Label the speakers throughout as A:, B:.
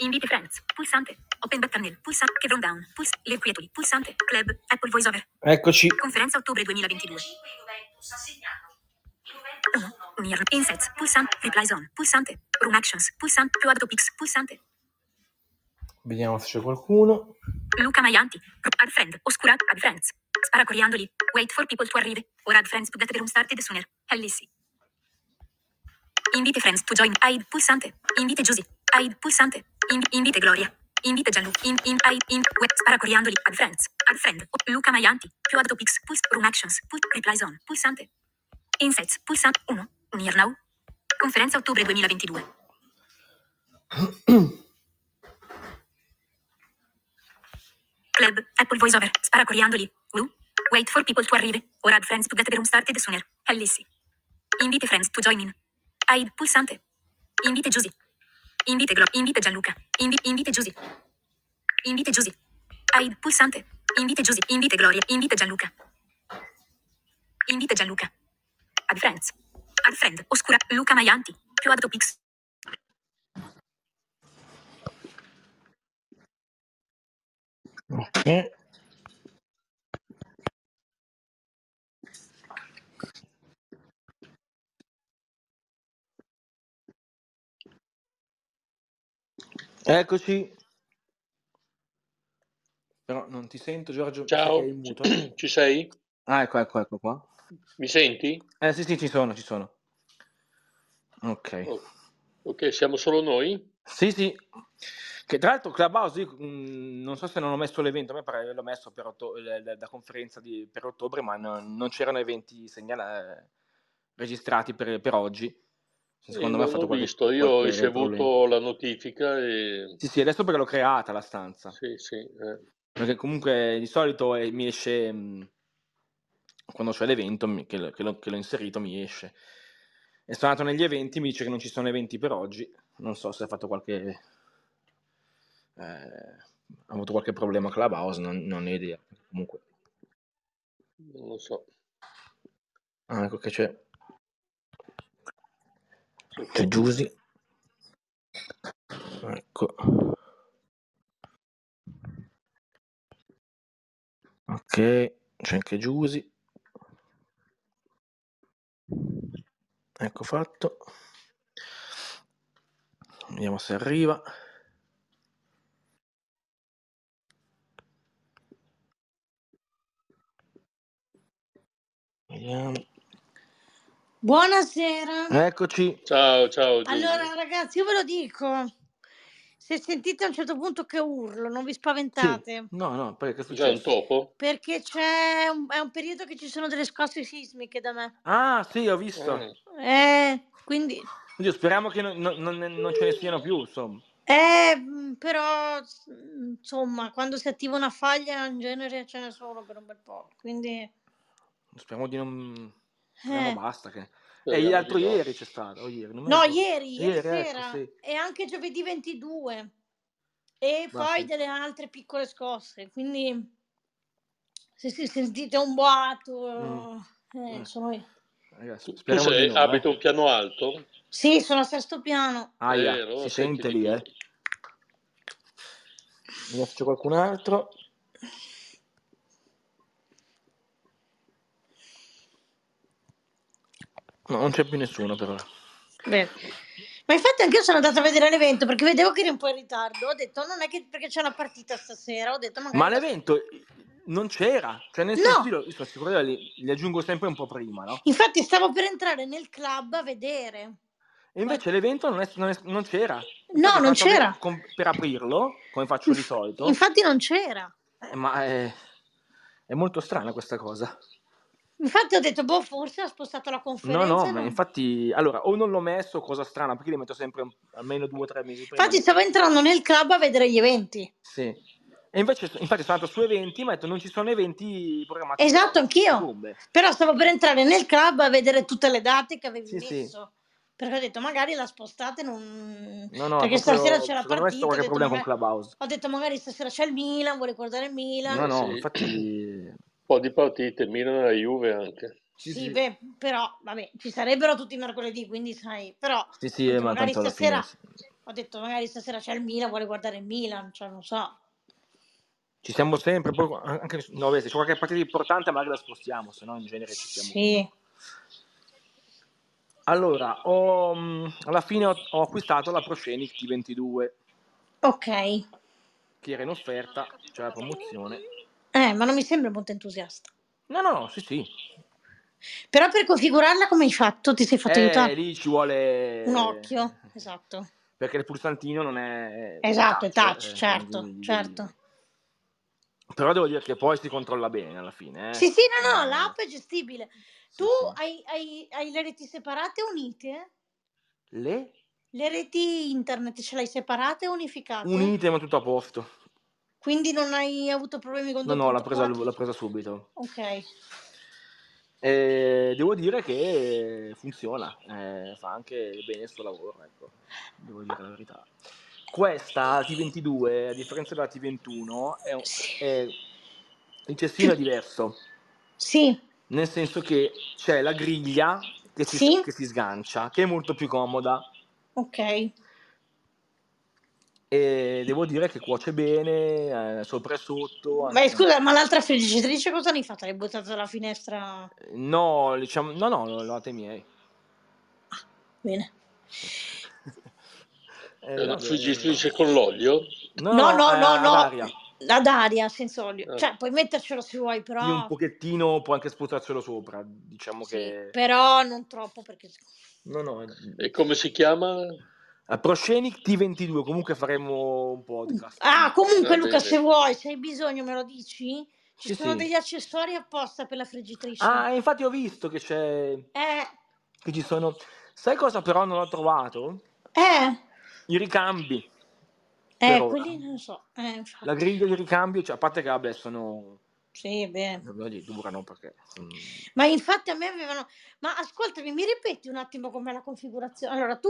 A: Inviti friends. Pulsante. Open back tunnel. Pulsante. Chevron down. Puls. Le inquietudini. Pulsante. Club. Apple voiceover.
B: Eccoci.
A: Conferenza ottobre 2022. 1. Near. Insets. Pulsante. Replies on. Pulsante. Room actions. Pulsante. Più Topics. Pulsante.
B: Vediamo se c'è qualcuno.
A: Luca Maianti. Add friend. Oscura. Add friends. Spara coriandoli. Wait for people to arrive. Or add friends to get the room started sooner. Ellissi. Invite friends to join. Aid pulsante. Invite Giusy. Aid pulsante. In- invite Gloria. Invite Gianlu. In, in, aid, in, web, spara coriandoli. Add friends. Add friend. Luca Maianti. Più ad topics. Puls. Room actions. Puls. Replies on. Pulsante. Insights. Pulsante. 1. Near now. Conferenza ottobre 2022. Club. Apple voiceover. Spara coriandoli. Woo. Wait for people to arrive. Or add friends to get the room started sooner. Ellissi. Invite friends to join in. Aid pulsante. Invite Giusy. Invite Glo. Invite Gianluca. Invi- invite Giusy. Invite Giusy. Aid pulsante. Invite Giusy. Invite Gloria. Invite Gianluca. Invite Gianluca. Add friends. Add friend. Oscura. Luca Maianti. Più ad topics.
B: Ok. Eccoci. Però non ti sento Giorgio, mi sa che hai
C: Ciao,
B: il
C: ci
B: muto.
C: ci sei?
B: Ah, ecco, ecco, ecco qua.
C: Mi senti?
B: Eh sì, sì, ci sono, ci sono. Ok.
C: Oh, ok, siamo solo noi?
B: Sì, sì. Che tra l'altro Clubhouse, io, mh, non so se non ho messo l'evento, a me pare che l'ho messo per otto- l- l- da conferenza di- per ottobre, ma no- non c'erano eventi segnala- eh, registrati per, per oggi. Cioè,
C: Eh,
B: Secondo me ha
C: non ho
B: fatto qualche,
C: visto, io ho
B: qualche problema.
C: ricevuto la notifica e...
B: Sì, sì, adesso perché l'ho creata la stanza.
C: Sì, sì, eh.
B: Perché comunque di solito eh, mi esce, mh, quando c'è l'evento mi- che, l'ho, che l'ho- che l'ho inserito, mi esce. E sono andato negli eventi, mi dice che non ci sono eventi per oggi. Non so se ha fatto qualche... eh, ha avuto qualche problema a Clubhouse, non, non ne ho idea. Comunque,
C: Non lo so.
B: ah, ecco che c'è,
C: C'è
B: c'è
C: qualcuno?
B: Giusy. Ecco, ok, c'è anche Giusy. Ecco fatto. Vediamo se arriva. Vediamo.
D: Buonasera.
B: Eccoci.
C: Ciao, ciao Giusy.
D: Allora, ragazzi, io ve lo dico. Se sentite a un certo punto che urlo, non vi
B: Sì,
D: spaventate,
B: no, no, poi che è
C: Cos'è un
B: successo?
C: topo?
D: perché c'è un, è un periodo che ci sono delle scosse sismiche da me.
B: Ah, sì, ho
C: Ah,
B: visto.
D: Eh, quindi
B: Oddio, speriamo che non, non- non- non ce ne siano più, insomma.
D: eh, mh, però s- mh, insomma, quando si attiva una faglia in genere ce ne sono per un bel po', quindi
B: Speriamo di non... Speriamo
D: eh.
B: basta che... E
C: speriamo di
B: l'altro
C: no.
B: ieri c'è stato, o ieri, non mi
D: No,
B: ricordo.
D: ieri, ieri
B: Ieri, ecco,
D: sera
B: sì.
D: e anche giovedì 22 e
B: Ma
D: poi
B: sì.
D: delle altre piccole scosse, quindi se, se sentite un
B: Mm.
D: boato, eh,
B: Eh,
D: sono io.
B: ragazzi,
C: Tu, tu
B: speriamo di
C: sei,
B: no,
C: abiti
B: eh.
C: un piano alto?
D: Sì, sono a sesto piano.
B: Aia,
C: Eh, allora
B: si
C: senti
B: sente
C: di
B: lì, eh.
C: tutto.
B: Vediamo se c'è qualcun altro. No, non c'è più nessuno per ora.
D: Bene. Ma infatti anche io sono andata a vedere l'evento perché vedevo che eri un po' in ritardo. Ho detto non è che perché c'è una partita stasera, ho detto magari
B: Ma
D: la
B: l'evento eh, non c'era, cioè nel senso
D: No,
B: io, io sono sicuro che li, li aggiungo sempre un po' prima, no?
D: infatti stavo per entrare nel club a vedere.
B: E
D: Ma-
B: invece l'evento non, è- non è- non c'era. Infatti
D: No,
B: sono
D: non
B: andato a ve-
D: c'era.
B: com- per aprirlo, come faccio di
D: Inf-
B: solito,
D: Infatti non c'era.
B: eh, ma è, è molto strana questa cosa.
D: Infatti ho detto, boh, forse ha spostato la
B: No, no,
D: conferenza e
B: ma
D: non...
B: infatti, allora, o non l'ho messo, cosa strana, perché li metto sempre un- almeno due o tre mesi prima.
D: Infatti stavo entrando nel club a vedere gli eventi.
B: Sì. E invece, infatti sono andato su eventi, ma ho detto non ci sono eventi programmati per
D: Esatto,
B: oggi.
D: anch'io.
B: Bombe.
D: Però stavo per entrare nel club a vedere tutte le date che avevi
B: Sì, sì.
D: messo. Perché ho detto, magari la spostate, non...
B: No, no, è
D: perché stasera
B: proprio,
D: c'è la
B: secondo me c'è
D: partita, ho
B: qualche
D: detto,
B: problema con
D: magari...
B: Clubhouse.
D: ho detto magari stasera c'è il Milan, vuole guardare il Milan.
B: No,
C: Eh
B: no,
C: sì, un
B: infatti...
C: po' di partite, Milan e Juve anche.
B: Sì,
D: Sì,
B: sì.
D: beh, però, vabbè, ci sarebbero tutti i mercoledì, quindi sai, però
B: Sì,
D: ho
B: sì, eh,
D: detto
B: ma
D: magari
B: tanto alla fine...
D: stasera,
B: sì.
D: Ho detto, magari stasera c'è il Milan, vuole guardare il Milan, cioè non so.
B: Ci siamo sempre, poi anche no, vedi, se c'è qualche partita importante magari la spostiamo, se no in genere ci siamo.
D: Sì.
B: Allora, ho, mh, alla fine ho, ho acquistato la Procenic T22
D: Ok.
B: che era in offerta, c'era la promozione.
D: Eh, ma non mi sembra molto entusiasta.
B: No, no, no, sì, sì.
D: Però per configurarla come hai fatto? Ti sei fatto
B: Eh,
D: aiutare?
B: lì ci vuole
D: Un occhio, esatto.
B: Perché il pulsantino non è
D: Esatto, è touch,
B: eh,
D: certo,
B: quindi-
D: certo.
B: Però devo dire che poi si controlla bene alla fine, eh.
D: Sì, sì, no, no,
B: Eh,
D: l'app è gestibile.
B: sì,
D: Tu
B: sì.
D: Hai, hai- hai le reti separate o unite?
B: le
D: Le reti internet ce l'hai separate o unificate?
B: unite ma tutto a posto.
D: Quindi non hai avuto problemi con
B: No, no, l'ha presa,
D: 2.4?
B: l'ha presa subito.
D: Ok.
B: E devo dire che funziona, eh, fa anche bene il suo lavoro, ecco, devo dire la verità. Questa T22, a differenza della T21, è, un-
D: Sì.
B: è- il cestino è diverso,
D: Sì,
B: nel senso che c'è la griglia che si,
D: Sì.
B: che si sgancia, che è molto più comoda
D: ok.
B: e devo dire che cuoce bene, eh, sopra e sotto.
D: Ma
B: anche-
D: scusa, ma l'altra friggitrice cosa ne hai fatta? L'hai buttata dalla finestra?
B: No, diciamo, no, no, lo late miei.
D: Bene.
B: Eh,
C: La
B: vabbè.
C: friggitrice con l'olio?
B: No,
D: No, no,
B: eh,
D: no,
B: ad
D: no.
B: aria.
D: Ad aria, senza olio.
C: Eh.
D: Cioè, puoi mettercelo se vuoi, però...
B: Io un pochettino può anche sputarcelo sopra, diciamo
D: Sì,
B: che...
D: però non troppo perché...
B: No, no, eh.
C: E come si chiama? Eh,
B: a Proscenic T22, comunque faremo un podcast.
D: Ah, comunque
C: Va
D: Luca,
C: bene.
D: se vuoi, se hai bisogno me lo dici? Ci
B: eh, Sì,
D: sono
B: sì.
D: degli accessori apposta per la friggitrice.
B: Ah, e infatti ho visto che c'è...
D: Eh,
B: che ci sono... Sai cosa però non ho trovato?
D: eh,
B: I ricambi.
D: eh,
B: Per ora.
D: quelli non so. Eh, infatti.
B: La griglia di ricambio, cioè, a parte che vabbè sono...
D: Sì, bene.
B: non ve lo dico, durano perché... mm,
D: Ma infatti a me avevano... Ma ascoltami, mi ripeti un attimo com'è la configurazione? Allora, tu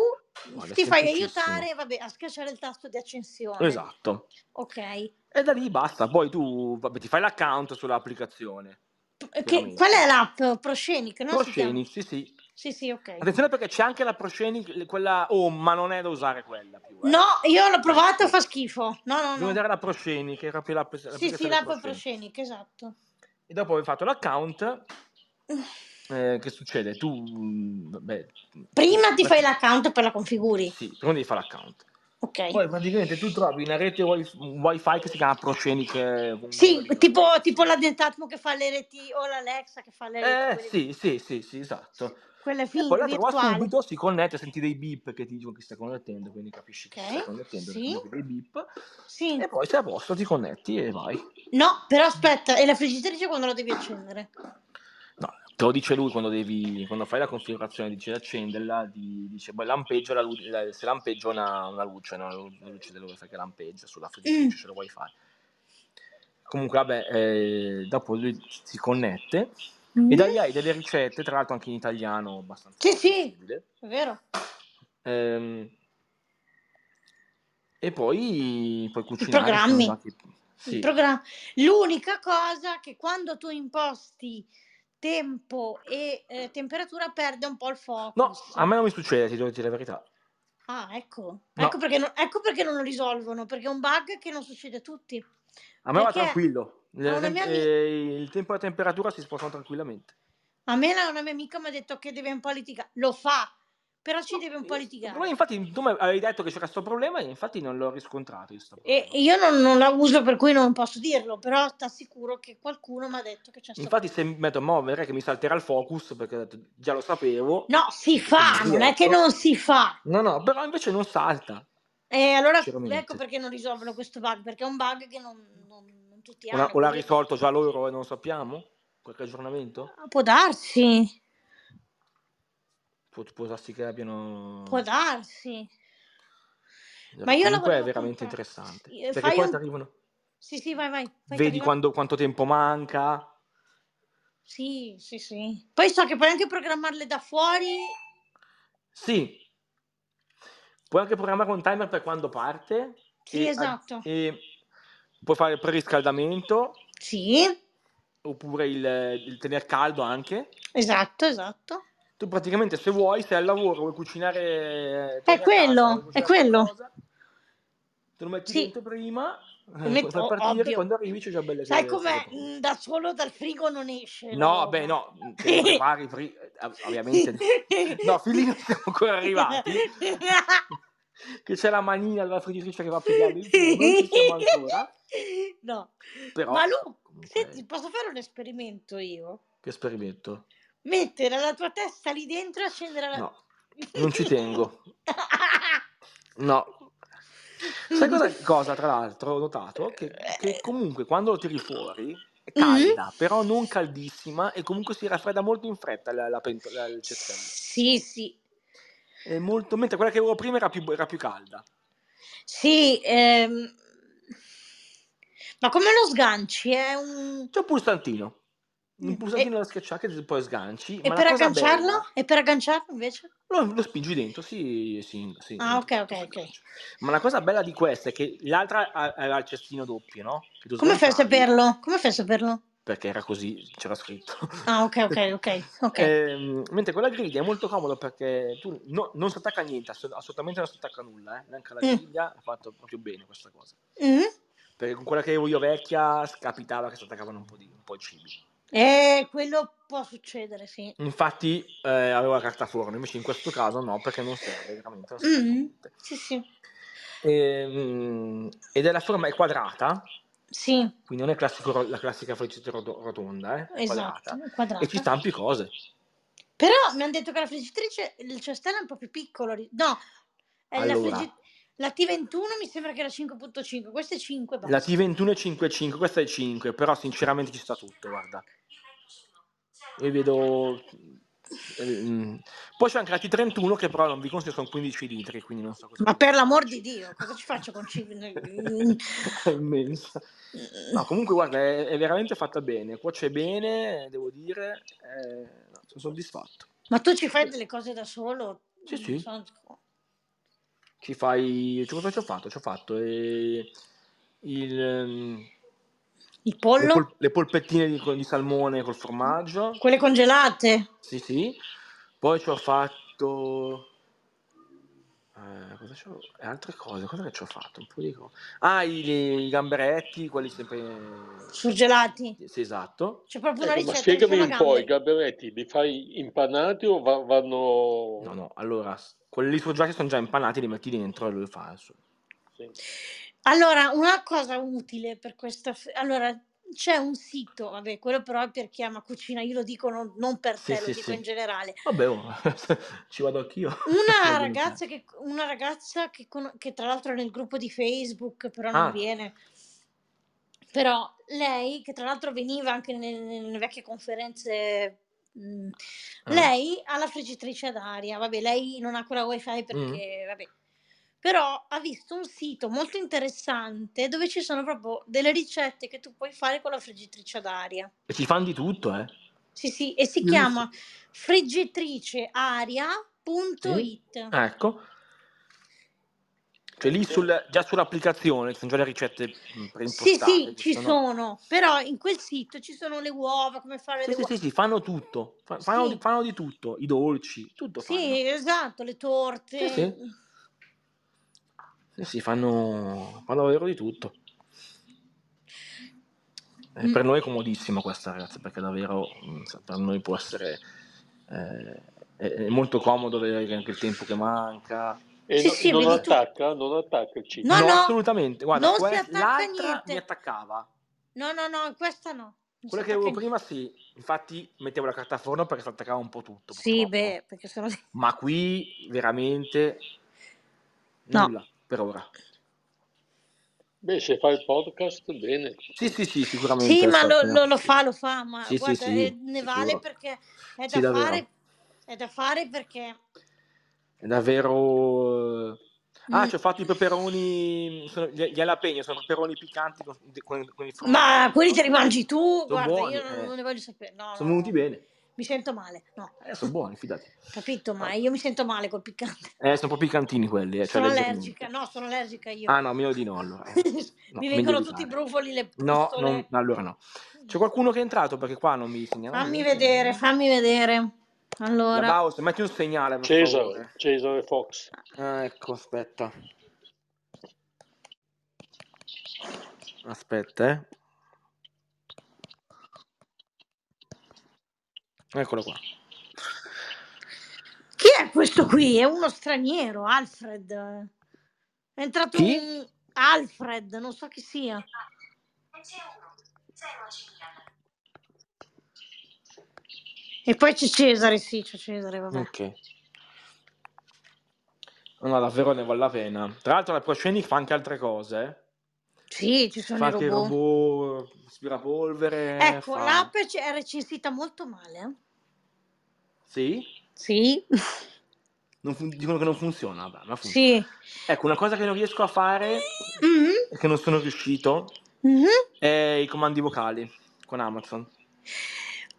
B: guarda, è
D: ti fai
B: semplicissimo.
D: aiutare, vabbè, a schiacciare il tasto di accensione.
B: Esatto.
D: Ok.
B: E da lì basta, poi tu vabbè, ti fai l'account sull'applicazione.
D: P- Che,
B: Veramente.
D: qual è l'app? Proscenic, no? Si chiama?
B: Proscenic, sì sì.
D: Sì, sì, ok.
B: Attenzione perché c'è anche la Proscenic, quella Home, ma non è da usare quella più. eh.
D: No, io l'ho provato,
B: Ecco.
D: fa schifo. No, no,
B: Devo
D: no.
B: vedere la Proscenic, che era più la,
D: Sì,
B: l'applicazione
D: sì, l'app
B: Proscenic.
D: Proscenic, esatto.
B: E dopo aver fatto l'account, eh, che succede? Tu, mm, vabbè...
D: Prima ti
B: la-
D: fai l'account per la configuri.
B: Sì, prima devi fare l'account.
D: Ok.
B: Poi praticamente tu trovi una rete wi- wifi che si chiama Proscenic. eh, con-
D: Sì, tipo, tipo la Dentatmo che fa le reti o l'Alexa che fa le reti.
B: Eh, sì,
D: quelle-
B: sì, sì, sì, esatto.
D: Quelle
B: E poi la
D: finte
B: trova
D: virtuali.
B: subito, si connette, senti dei beep che ti dicono che sta connettendo, quindi capisci che si
D: Ok,
B: sta connettendo,
D: sì.
B: senti dei beep,
D: Sì.
B: e poi se è a posto ti connetti e vai.
D: No, però aspetta, e la friggitrice quando la devi accendere?
B: No, te lo dice lui quando, devi, quando fai la configurazione, dice di accenderla, di- dice poi lampeggia la lu- la- se lampeggia una, una luce, no? la lu- la luce della wifi che lampeggia sulla
D: Mm.
B: friggitrice, se lo vuoi fare. Comunque vabbè, eh, dopo lui si connette e da lì
D: Mm,
B: hai delle ricette, tra l'altro anche in italiano abbastanza
D: Sì, sì.
B: accessibile.
D: È vero?
B: Ehm, e poi puoi cucinare.
D: programmi.
B: sono vari-
D: Il
B: sì,
D: programma- L'unica cosa che quando tu imposti tempo e eh, temperatura perde un po' il
B: No,
D: focus.
B: a me non mi succede, ti devo dire la verità.
D: Ah, ecco.
B: No.
D: Ecco, perché non, ecco perché non lo risolvono, perché è un bug che non succede a tutti.
B: A me va
D: Perché
B: tranquillo. Le-
D: a una mia ami-
B: eh, il tempo e la temperatura si spostano tranquillamente.
D: A me la- una mia amica mi ha detto che deve un po' litigare. Lo fa, però ci deve un po'
B: Ma
D: litigare.
B: Eh, infatti tu mi avevi detto che c'era questo problema e infatti non l'ho riscontrato. Io sto
D: E
B: problema.
D: io non, non la uso, per cui non posso dirlo, però sta sicuro che qualcuno mi ha detto che c'è sta
B: Infatti se mi metto a muovere che mi salterà il focus perché ho detto, già lo sapevo.
D: No, si fa, non è che non si fa.
B: No, no, però invece non salta.
D: E allora
B: Sicuramente.
D: ecco perché non risolvono questo bug, perché è un bug che non, non- non tutti
B: O,
D: hanno.
B: la- o l'ha
D: quindi-
B: risolto già loro e non lo sappiamo? Qualche aggiornamento?
D: Ah, Può darsi,
B: Può, può darsi che abbiano...
D: può darsi. Ma
B: Ma
D: io la
B: comunque è
D: volevo
B: veramente
D: comprare.
B: interessante.
D: Eh,
B: Perché
D: fai
B: poi
D: un-
B: ti arrivano,
D: Sì, sì, vai, vai. vai, ti
B: vedi
D: arriva-
B: quando- quanto tempo manca.
D: Sì, sì, sì. Poi so che puoi anche programmarle da fuori.
B: Sì, puoi anche programmare un timer per quando parte.
D: Sì,
B: e-
D: esatto.
B: E puoi fare il preriscaldamento
D: Sì,
B: oppure il, il tener caldo anche.
D: esatto, esatto.
B: Tu praticamente se vuoi, sei al lavoro, vuoi cucinare... eh,
D: È quello, è quello.
B: Te lo metti
D: Sì.
B: dentro prima, eh,
D: metto,
B: fai partire,
D: ovvio.
B: quando arrivi c'è già belle
D: Sai
B: cose.
D: com'è? Mm, Da solo dal frigo non esce. la
B: No,
D: roba.
B: beh, no, te lo prepari pri- eh, ovviamente. No, fin lì non siamo ancora arrivati. Che c'è la manina della friggitrice che va a pigliare il frigo, non ci siamo ancora.
D: No.
B: Però,
D: Ma Lu,
B: comunque, eh.
D: senti, posso fare un esperimento io?
B: che esperimento.
D: Mettere la tua testa lì dentro e accendere la...
B: No, non ci tengo. No. Sai cosa, cosa, tra l'altro, ho notato? Che,
D: Eh.
B: che comunque quando lo tiri fuori è
D: Mm-hmm.
B: calda, però non caldissima e comunque si raffredda molto in fretta la, la pentola, il cestello.
D: Sì, sì.
B: È molto, mentre quella che avevo prima era più, era più calda.
D: Sì, ehm, ma come lo sganci? È un...
B: C'è un pulsantino.
D: Mm,
B: Un pulsantino
D: e-
B: da schiacciare che poi sganci.
D: E
B: ma
D: per
B: la cosa
D: agganciarlo?
B: bella-
D: E per agganciarlo invece?
B: Lo, lo spingi dentro, sì, sì, sì.
D: Ah, ok, ok,
B: Sì,
D: ok.
B: Ma la cosa bella di questa è che l'altra ha- aveva il cestino doppio, no? Che tu
D: Come fai a
B: sganciavi,
D: saperlo? Come fai a saperlo?
B: Perché era così, c'era scritto.
D: Ah, ok, ok, ok. ok.
B: Ehm, mentre quella griglia è molto comoda perché tu no- non si attacca a niente, ass- assolutamente non si attacca a nulla, eh. neanche la
D: Mm.
B: griglia ha fatto proprio bene questa cosa.
D: Mm?
B: Perché con quella che avevo io vecchia scapitava che si attaccavano un po' di, un po' di cibi.
D: Eh, quello può succedere, sì.
B: Infatti eh, avevo la carta forno, invece in questo caso no, perché non serve veramente. Non serve a
D: Mm.
B: niente.
D: Sì, sì.
B: Ehm, ed è la forma è quadrata,
D: Sì,
B: quindi non è classico ro- la classica friggitrice roto- rotonda, eh, è
D: esatto.
B: quadrata.
D: quadrata.
B: E ci stampi cose.
D: Però mi hanno detto che la friggitrice, il cestello è un po' più piccolo. ri- No, eh,
B: Allora.
D: la, friggi- la T21 mi sembra che era 5.5, questa è boh. 5. basta.
B: La T21 è 5,5, questa è 5, però sinceramente ci sta tutto, guarda. Io vedo... Mm. Poi c'è anche la T31 che però non vi consiglio, sono 15 litri, quindi non so cosa...
D: Ma per l'amor di Dio, cosa ci faccio con 5?
B: È immensa. No, comunque guarda, è, è veramente fatta bene, cuoce bene, devo dire, eh, no, sono soddisfatto.
D: Ma tu ci fai delle cose da solo?
B: Sì,
D: Non
B: sì.
D: so.
B: Ci fai... Ci cosa ci ho fatto? Ci ho fatto eh, il, ehm,
D: Il
B: le,
D: pollo?
B: pol- le polpettine di, di salmone col formaggio.
D: Quelle congelate?
B: Sì, sì. Poi ci ho fatto. eh, cosa c'ho- e altre cose, cosa che ci ho fatto? Un po' di cose. Ah, i, i gamberetti, quelli sempre.
D: Surgelati?
B: Sì, esatto.
D: C'è proprio una
C: Ecco, ma
D: ricetta. diciamo, sono
C: spiegami un po',
D: gamberi.
C: i gamberetti li fai impanati o va- vanno...
B: No, no, allora, s- quelli surgelati sono già impanati, li metti dentro e lui fa il suo.
C: Sì.
D: Allora, una cosa utile per questa... f- Allora, c'è un sito, vabbè, quello però è per chi ama cucina, io lo dico non, non per
B: Sì,
D: te, lo
B: sì,
D: dico
B: sì.
D: in generale.
B: Vabbè, oh, ci vado anch'io.
D: Una
B: Va bene,
D: ragazza, che, una ragazza che, con- che tra l'altro è nel gruppo di Facebook, però
B: Ah.
D: non viene. Però lei, che tra l'altro veniva anche nel- nelle vecchie conferenze, mh,
B: Ah.
D: lei ha la friggitrice ad aria, vabbè, lei non ha ancora wifi
B: Mm.
D: perché, vabbè. Però ha visto un sito molto interessante dove ci sono proprio delle ricette che tu puoi fare con la friggitrice ad aria.
B: E ci fanno di tutto, eh.
D: Sì, sì, e si
B: Giusto.
D: chiama friggitricearia.it.
B: Ah, Ecco. Cioè lì sul- già sull'applicazione ci sono già le ricette mm,
D: Sì,
B: preimpostate.
D: sì,
B: che
D: ci sono, però in quel sito ci sono le uova, come fare
B: Sì,
D: le
B: sì,
D: uova.
B: sì, sì, fanno tutto, Fa- fanno,
D: Sì.
B: fanno di tutto, i dolci, tutto
D: Sì,
B: fanno.
D: esatto, le torte.
B: Sì, sì. Sì, sì, fanno, fanno davvero di tutto. Eh,
D: Mm.
B: Per noi è comodissima questa ragazza, perché davvero mm, sa- per noi può essere eh, è, è molto comodo avere anche il tempo che manca.
C: E
D: Sì,
C: no-
D: sì,
C: non
D: vedi tu.
C: attacca, non attacca il cibo.
D: No, no,
B: assolutamente, guarda,
D: non si
B: que-
D: attacca
B: l'altra
D: niente.
B: mi attaccava.
D: No, no, no, questa no. Non
B: Quella
D: si
B: che avevo
D: attacca
B: prima sì, infatti mettevo la carta a forno perché si attaccava un po' tutto.
D: niente. Sì,
B: purtroppo.
D: beh, perché sono...
B: Ma qui veramente
D: No.
B: nulla per ora.
C: Beh, se fai il podcast, bene.
B: Sì, sì, sì, sicuramente.
D: Sì, ma lo,
B: adesso-
D: lo- lo fa, lo fa, ma
B: Sì, sì,
D: guarda,
B: sì,
D: eh, ne
B: sicuro.
D: vale perché è da
B: Sì, davvero.
D: fare, è da fare perché...
B: È davvero. eh, Ah,
D: Mm.
B: ci ho fatto i peperoni. Sono, gli, gli alapeno, sono peperoni piccanti con, con, con il formaggio.
D: Ma quelli te li mangi tu, guarda,
B: buoni,
D: io non,
B: eh.
D: non ne voglio sapere. No,
B: Sono
D: no,
B: venuti
D: no.
B: bene.
D: Mi sento male, no,
B: Eh, sono buoni, fidati.
D: capito, ma io mi sento male col piccante.
B: Eh, sono un po' piccantini quelli. Ah. eh, cioè
D: sono
B: leggermente.
D: allergica, no, sono allergica io.
B: Ah, no, meglio di no. Allora.
D: mi
B: meglio
D: vengono
B: di
D: tutti i
B: fare.
D: brufoli, le
B: No,
D: pustole.
B: non- allora no. C'è qualcuno che è entrato perché qua non mi segnala.
D: Fammi
B: niente.
D: vedere, fammi vedere.
B: La
D: Allora,
B: Baus, metti un segnale. Per
C: Cesare,
B: favore.
C: Cesare Fox.
B: Ah, ecco, aspetta. Aspetta, eh. Eccolo qua.
D: Chi è questo qui? È uno straniero, Alfred. È entrato
B: Chi?
D: un Alfred, non so chi sia. E poi c'è Cesare, sì, c'è Cesare, vabbè.
B: Ok. No, davvero ne vale la pena. Tra l'altro la Proscenic fa anche altre cose. eh.
D: Sì, ci sono
B: Fa
D: i
B: anche
D: robot.
B: il robot, aspirapolvere.
D: Ecco,
B: fa-
D: l'app è è recensita molto male. eh.
B: Sì?
D: Sì,
B: Non fun- dicono che non funziona, vabbè, ma funziona.
D: sì.
B: Ecco, una cosa che non riesco a fare,
D: Mhm,
B: e che non sono riuscito,
D: mhm.
B: è i comandi vocali con Amazon.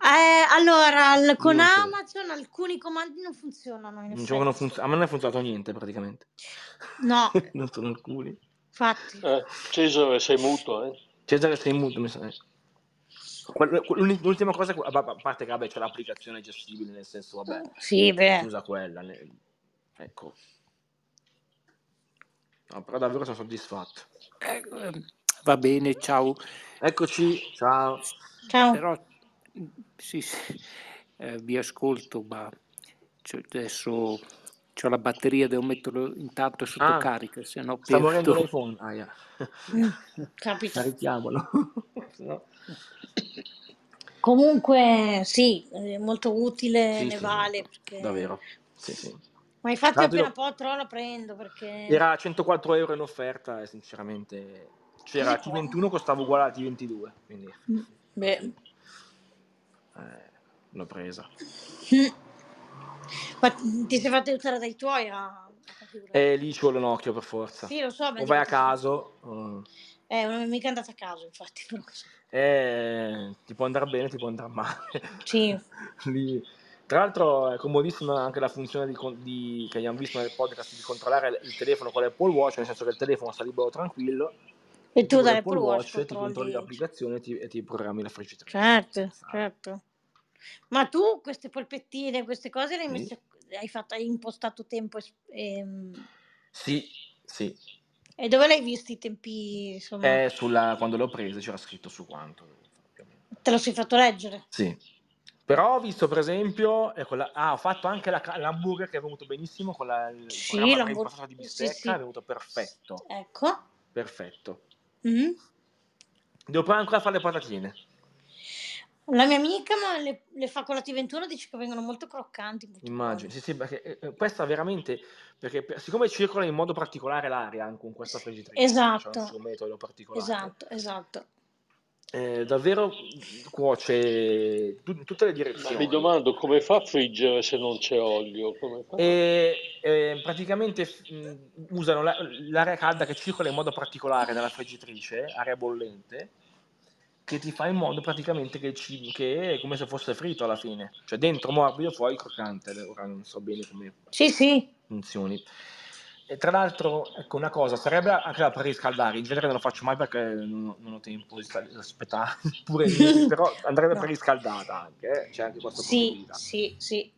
D: Eh, allora, al- con
B: Non so.
D: Amazon alcuni comandi non funzionano. In
B: Diciamo che non
D: effetti.
B: funz- a me non è funzionato niente praticamente.
D: No,
B: non sono alcuni.
D: infatti.
C: Eh, Cesare, sei muto, eh?
B: Cesare sei in muto, mi sa. eh. Quell- quell- L'ultima cosa, a a parte che vabbè, c'è l'applicazione gestibile, nel senso, vabbè,
D: Mm, Sì,
B: si
D: beh.
B: usa quella. ne- Ecco. No, però davvero sono soddisfatto.
E: Eh, va bene, ciao.
B: Eccoci, ciao.
D: Ciao.
E: Però mm, sì, sì, eh, vi ascolto, ma c'ho- adesso ho la batteria, devo metterlo intanto sotto
B: Ah,
E: carica, se no
B: Sta morendo
E: perdo.
B: l'iPhone. Ah, yeah.
D: Mm, Capito.
B: Carichiamolo. Se no-
D: Comunque, sì, è molto utile,
B: Sì,
D: ne
B: sì,
D: vale. Perché...
B: Davvero. Sì, sì.
D: Ma infatti
B: Tanto io-
D: appena potrò la prendo perché...
B: Era 104 euro in offerta e sinceramente c'era T21 costava uguale a T22, quindi
D: Beh.
B: eh, l'ho presa.
D: Mm. Ma ti sei fatto aiutare dai tuoi a... a configurare?
B: E lì ci vuole un occhio per forza.
D: Eh. Sì, lo so. ma
B: Eh, O vai a
D: dico-
B: caso, o-
D: Eh, non è mica andata a caso, infatti. però così.
B: eh, ti può andare bene, ti può andare male.
D: Sì.
B: Lì- Tra l'altro è comodissima anche la funzione di con- di- che abbiamo visto nel podcast di controllare il telefono con l'Apple Watch, nel senso che il telefono sta libero tranquillo.
D: E tu
B: con
D: dai
B: l'Apple
D: Apple Watch
B: eh, ti controlli
D: controlli...
B: l'applicazione e ti, e ti programmi la friggitrice.
D: Certo,
B: Sa-
D: certo. Ma tu queste polpettine, queste cose le hai
B: Sì.
D: messe... Hai, fatto, hai impostato tempo e... ehm,
B: Sì, sì.
D: E dove l'hai visto i tempi, insomma?
B: Eh, sulla- quando l'ho presa c'era scritto su quanto. più o meno.
D: Te lo sei fatto leggere?
B: Sì. Però ho visto per esempio, ecco, la- ah, ho fatto anche la ca- l'hamburger che è venuto benissimo con la, il
D: Sì,
B: programma
D: l'hamburger-
B: preimpostato di bistecca,
D: sì, sì.
B: è venuto perfetto,
D: Ecco.
B: perfetto.
D: Mhm.
B: Devo provare ancora a fare le patatine.
D: La mia amica ma le, le fa con la T21 dice che vengono molto croccanti. molto
B: Immagino, sì, sì, perché eh, eh, questa veramente, perché per- siccome circola in modo particolare l'aria anche con questa friggitrice,
D: Esatto.
B: c'è un suo metodo
D: buone.
B: particolare,
D: Esatto, esatto.
B: eh, davvero cuoce tu- in tutte le
C: Ma
B: direzioni.
C: mi domando come fa a friggere se non c'è olio? Come fa?
B: E eh, praticamente mh, usano la- l'aria calda che circola in modo particolare nella friggitrice, aria bollente, che ti fa in modo praticamente che, il cibo- che è come se fosse fritto alla fine, cioè dentro morbido, fuori croccante. Ora non so bene come
D: Sì, sì.
B: funzioni. E tra l'altro, ecco una cosa, sarebbe anche da per riscaldare, in genere non lo faccio mai perché non, non ho tempo di stare- aspettare pure ieri, però andrebbe
D: No.
B: per riscaldata anche, eh, c'è anche questa
D: Sì,
B: possibilità.
D: sì, sì.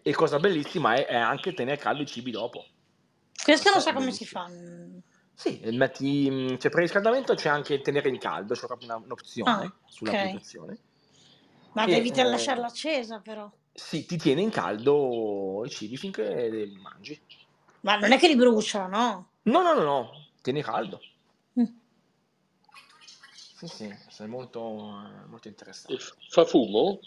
B: E cosa bellissima è, è anche tenere caldo i cibi dopo.
D: Questo
B: Questo
D: non so
B: è
D: come si
B: bellissimo.
D: fa. Mm,
B: Sì, e metti, mh, c'è per il riscaldamento c'è anche tenere in caldo, c'è proprio una- un'opzione
D: Ah,
B: sull'applicazione.
D: Ma
B: Eh,
D: devi te
B: eh.
D: lasciarla accesa, però.
B: Sì, ti tiene in caldo i cibi finché li mangi.
D: Ma non è che li brucia, no?
B: No, no, no, no, tieni caldo.
D: Mm.
B: Sì, sì, è molto, eh, molto
C: E
B: interessante.
C: f- Fa fumo?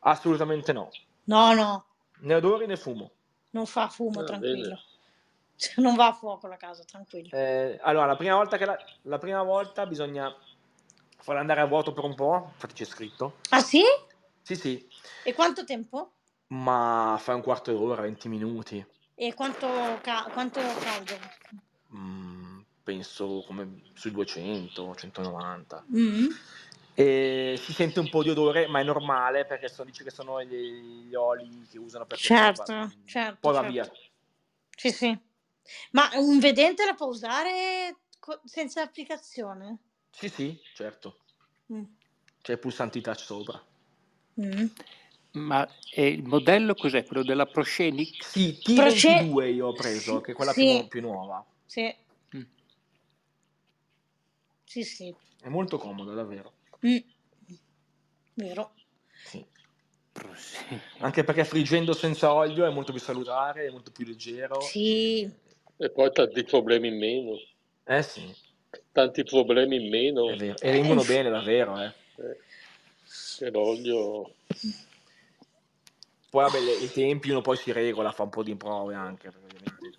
B: Assolutamente no,
D: No, no,
B: né odori né fumo.
D: non fa fumo,
B: Eh,
C: Ah,
D: tranquillo.
C: bene.
D: Cioè, non va a fuoco la casa, tranquillo.
B: Eh, allora, la prima volta che la, la prima volta bisogna farla andare a vuoto per un po', infatti c'è scritto.
D: Ah sì?
B: Sì, sì,
D: E quanto tempo?
B: ma fai un quarto d'ora, 20 minuti.
D: E quanto, ca- quanto caldo?
B: Mm, penso come sui 200, 190.
D: Mm.
B: E si sente un po' di odore, ma è normale perché sono, dice che sono gli, gli oli che usano per
D: Certo,
B: conservare.
D: certo,
B: Poi va
D: certo.
B: via.
D: Sì, sì. Ma un vedente la può usare co- senza applicazione?
B: Sì, sì, certo.
D: Mm.
B: C'è il pulsante touch sopra.
D: Mm.
E: Ma eh, il modello cos'è? Quello della Proscenic?
B: Sì,
D: Però
B: T22
D: c'è-
B: io ho preso,
D: sì,
B: che è quella
D: sì.
B: più, più nuova.
D: Sì.
E: Mm.
D: Sì, sì.
B: È molto comodo, davvero.
D: Mm. Vero.
B: Sì.
E: Prosegui.
B: Anche perché friggendo senza olio è molto più salutare, è molto più leggero.
D: Sì.
C: E poi tanti problemi in meno.
B: Eh sì,
C: Tanti problemi in meno.
B: è vero. E ringono
D: Eh,
B: bene, davvero, eh.
C: Eh, C'è l'olio.
B: Poi vabbè, le- i tempi uno poi si regola, fa un po' di prove anche, perché ovviamente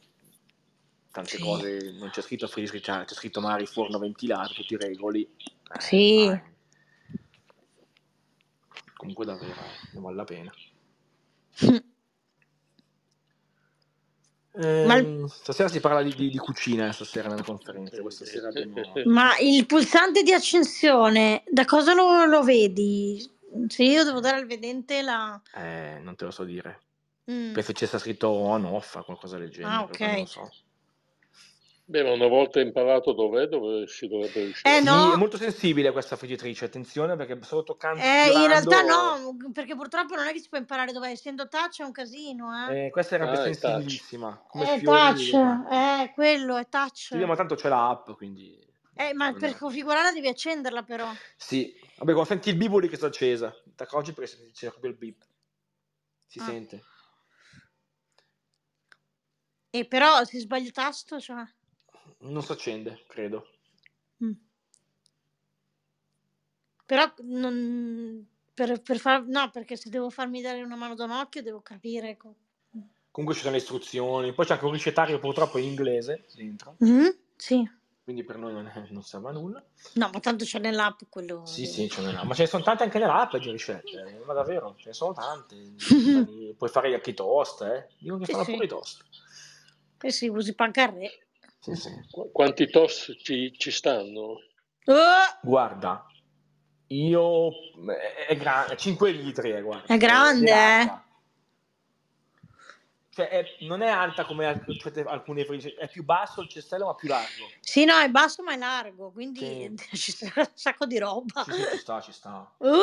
B: tante
D: Sì.
B: cose non c'è scritto freeze recharge, c'è scritto magari forno ventilato, tutti i regoli. Eh,
D: Sì.
B: vai. Comunque davvero, eh, ne vale la pena.
D: Ma il-
B: Ehm, Stasera si parla di, di- di cucina, eh, stasera nella conferenza, questa sera
C: Eh,
B: abbiamo...
D: Ma il pulsante di accensione, da cosa lo, lo vedi? Se io devo dare al vedente la...
B: Eh, non te lo so dire.
D: Mm.
B: Penso ci sia scritto on off, qualcosa del genere,
D: Ah, ok.
B: però non lo so.
C: Beh, ma una volta imparato dov'è, dove si dovrebbe
D: Eh
C: riuscire.
B: Sì, è
D: no,
B: molto sensibile questa friggitrice, attenzione perché solo toccando...
D: eh, in
B: sfiorando-
D: realtà no, perché purtroppo non è che si può imparare dove essendo touch è un casino, eh.
B: Eh, questa era più
C: Ah, è touch.
B: sensibilissima, come
D: È
B: sfiori.
D: touch,
B: qua.
D: eh, quello è touch.
B: Sì, ma tanto c'è la app, quindi...
D: Eh, ma
B: non
D: per
B: è-
D: configurarla devi accenderla però.
B: Sì, vabbè, quando senti il bip vuol dire che sta accesa. Ti accorgi perché senti- c'è proprio il bip. Si
D: Ah.
B: sente.
D: E Eh, però se sbaglio il tasto, cioè...
B: Non si accende, credo.
D: Mm. Però non... Per, per far... No, perché se devo farmi dare una mano da un occhio devo capire. ecco. co-
B: Comunque ci sono le istruzioni. Poi c'è anche un ricetario purtroppo in inglese dentro,
D: Mm? Sì.
B: quindi per noi non, è- non serve a nulla.
D: No, ma tanto c'è nell'app quello.
B: Sì, sì, ce n'è. Ma ce ne sono tante anche nell'app di ricette, eh, ma davvero, ce ne sono tante. Puoi fare gli occhi toast, eh. Dico che
D: Sì,
B: fanno
D: sì.
B: pure i toast.
D: Eh sì, usi pancarre.
B: Sì, sì.
C: Qu- Quanti tos ci, ci stanno?
D: Oh,
B: Guarda, io eh, è, è grande, 5 litri, eh, guarda.
D: È grande,
B: alta. Cioè, è- non è alta come al- certe- alcune frigge, è più basso il cestello, ma più largo.
D: sì, no, è basso ma è largo, quindi ci sta un sacco di roba.
B: Sì, sì, ci sta, ci sta.
D: Oh,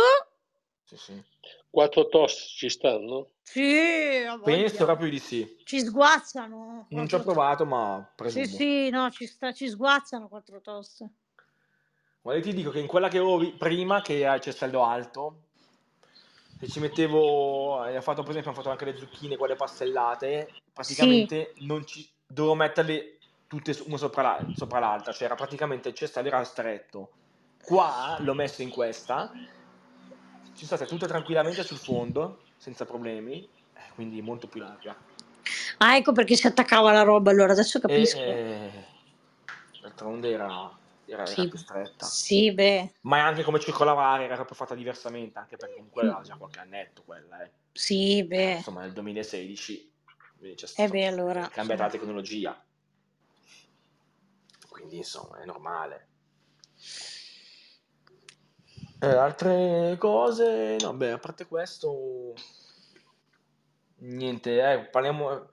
B: Sì, sì.
C: Quattro tos ci stanno?
D: sì, ha voglia.
B: Penso proprio di sì.
D: ci sguazzano.
B: Non ci ho
D: quattro
B: provato, ma
D: to- Sì,
B: presumo.
D: sì, no, ci, sta- ci sguazzano quattro toste.
B: Ma io ti dico che in quella che avevo vi- prima, che ha il cestello alto, se ci mettevo, eh, ho fatto per esempio, ho fatto anche le zucchine, quelle pastellate, praticamente non ci, dovevo metterle tutte su- una sopra, la- sopra l'altra, cioè era praticamente il cestello era stretto. Qua l'ho messo in questa, ci sono state tutte tranquillamente sul fondo, senza problemi, eh, quindi molto più larga.
D: Ah, ecco perché si attaccava la roba, allora adesso
B: E
D: capisco.
B: eh, d'altronde era, era, era
D: Sì.
B: più stretta.
D: Sì, beh,
B: Ma è anche come circolava l'aria era proprio fatta diversamente, anche perché comunque era già qualche annetto quella, eh.
D: sì, beh.
B: Insomma, nel 2016 quindi c'è
D: Eh
B: stato-
D: beh, allora.
B: è cambiata la tecnologia. Quindi, insomma, è normale. Eh, altre cose? No, beh, a parte questo, niente, eh, parliamo...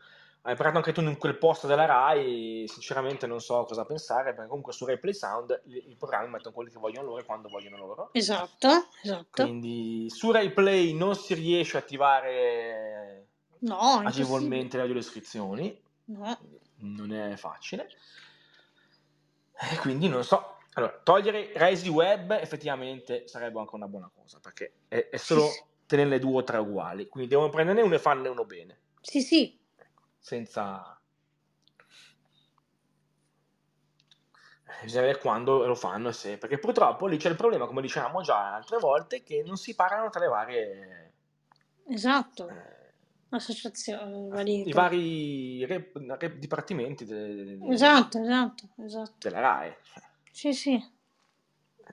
B: Hai parlato anche tu in quel posto della Rai, sinceramente non so cosa pensare, perché comunque su Replay Sound il il programma mettono quelli che vogliono loro e quando vogliono loro.
D: Esatto, esatto.
B: Quindi su RaiPlay non si riesce a attivare
D: No, è impossibile.
B: agevolmente le audiodescrizioni,
D: No.
B: non è facile. E Eh, quindi non so. Allora, togliere Resi Web effettivamente sarebbe anche una buona cosa, perché è, è solo
D: Sì,
B: tenerle due o tre uguali, quindi devono prenderne uno e farne uno bene,
D: Sì, sì.
B: senza... Eh, Bisogna vedere quando lo fanno e se, perché purtroppo lì c'è il problema, come dicevamo già altre volte, che non si parlano tra le varie...
D: Esatto.
B: eh,
D: Associazione,
B: i
D: valito.
B: vari rep- rep- dipartimenti de- de- de-
D: Esatto, esatto, esatto.
B: della RAE.
D: Sì, sì.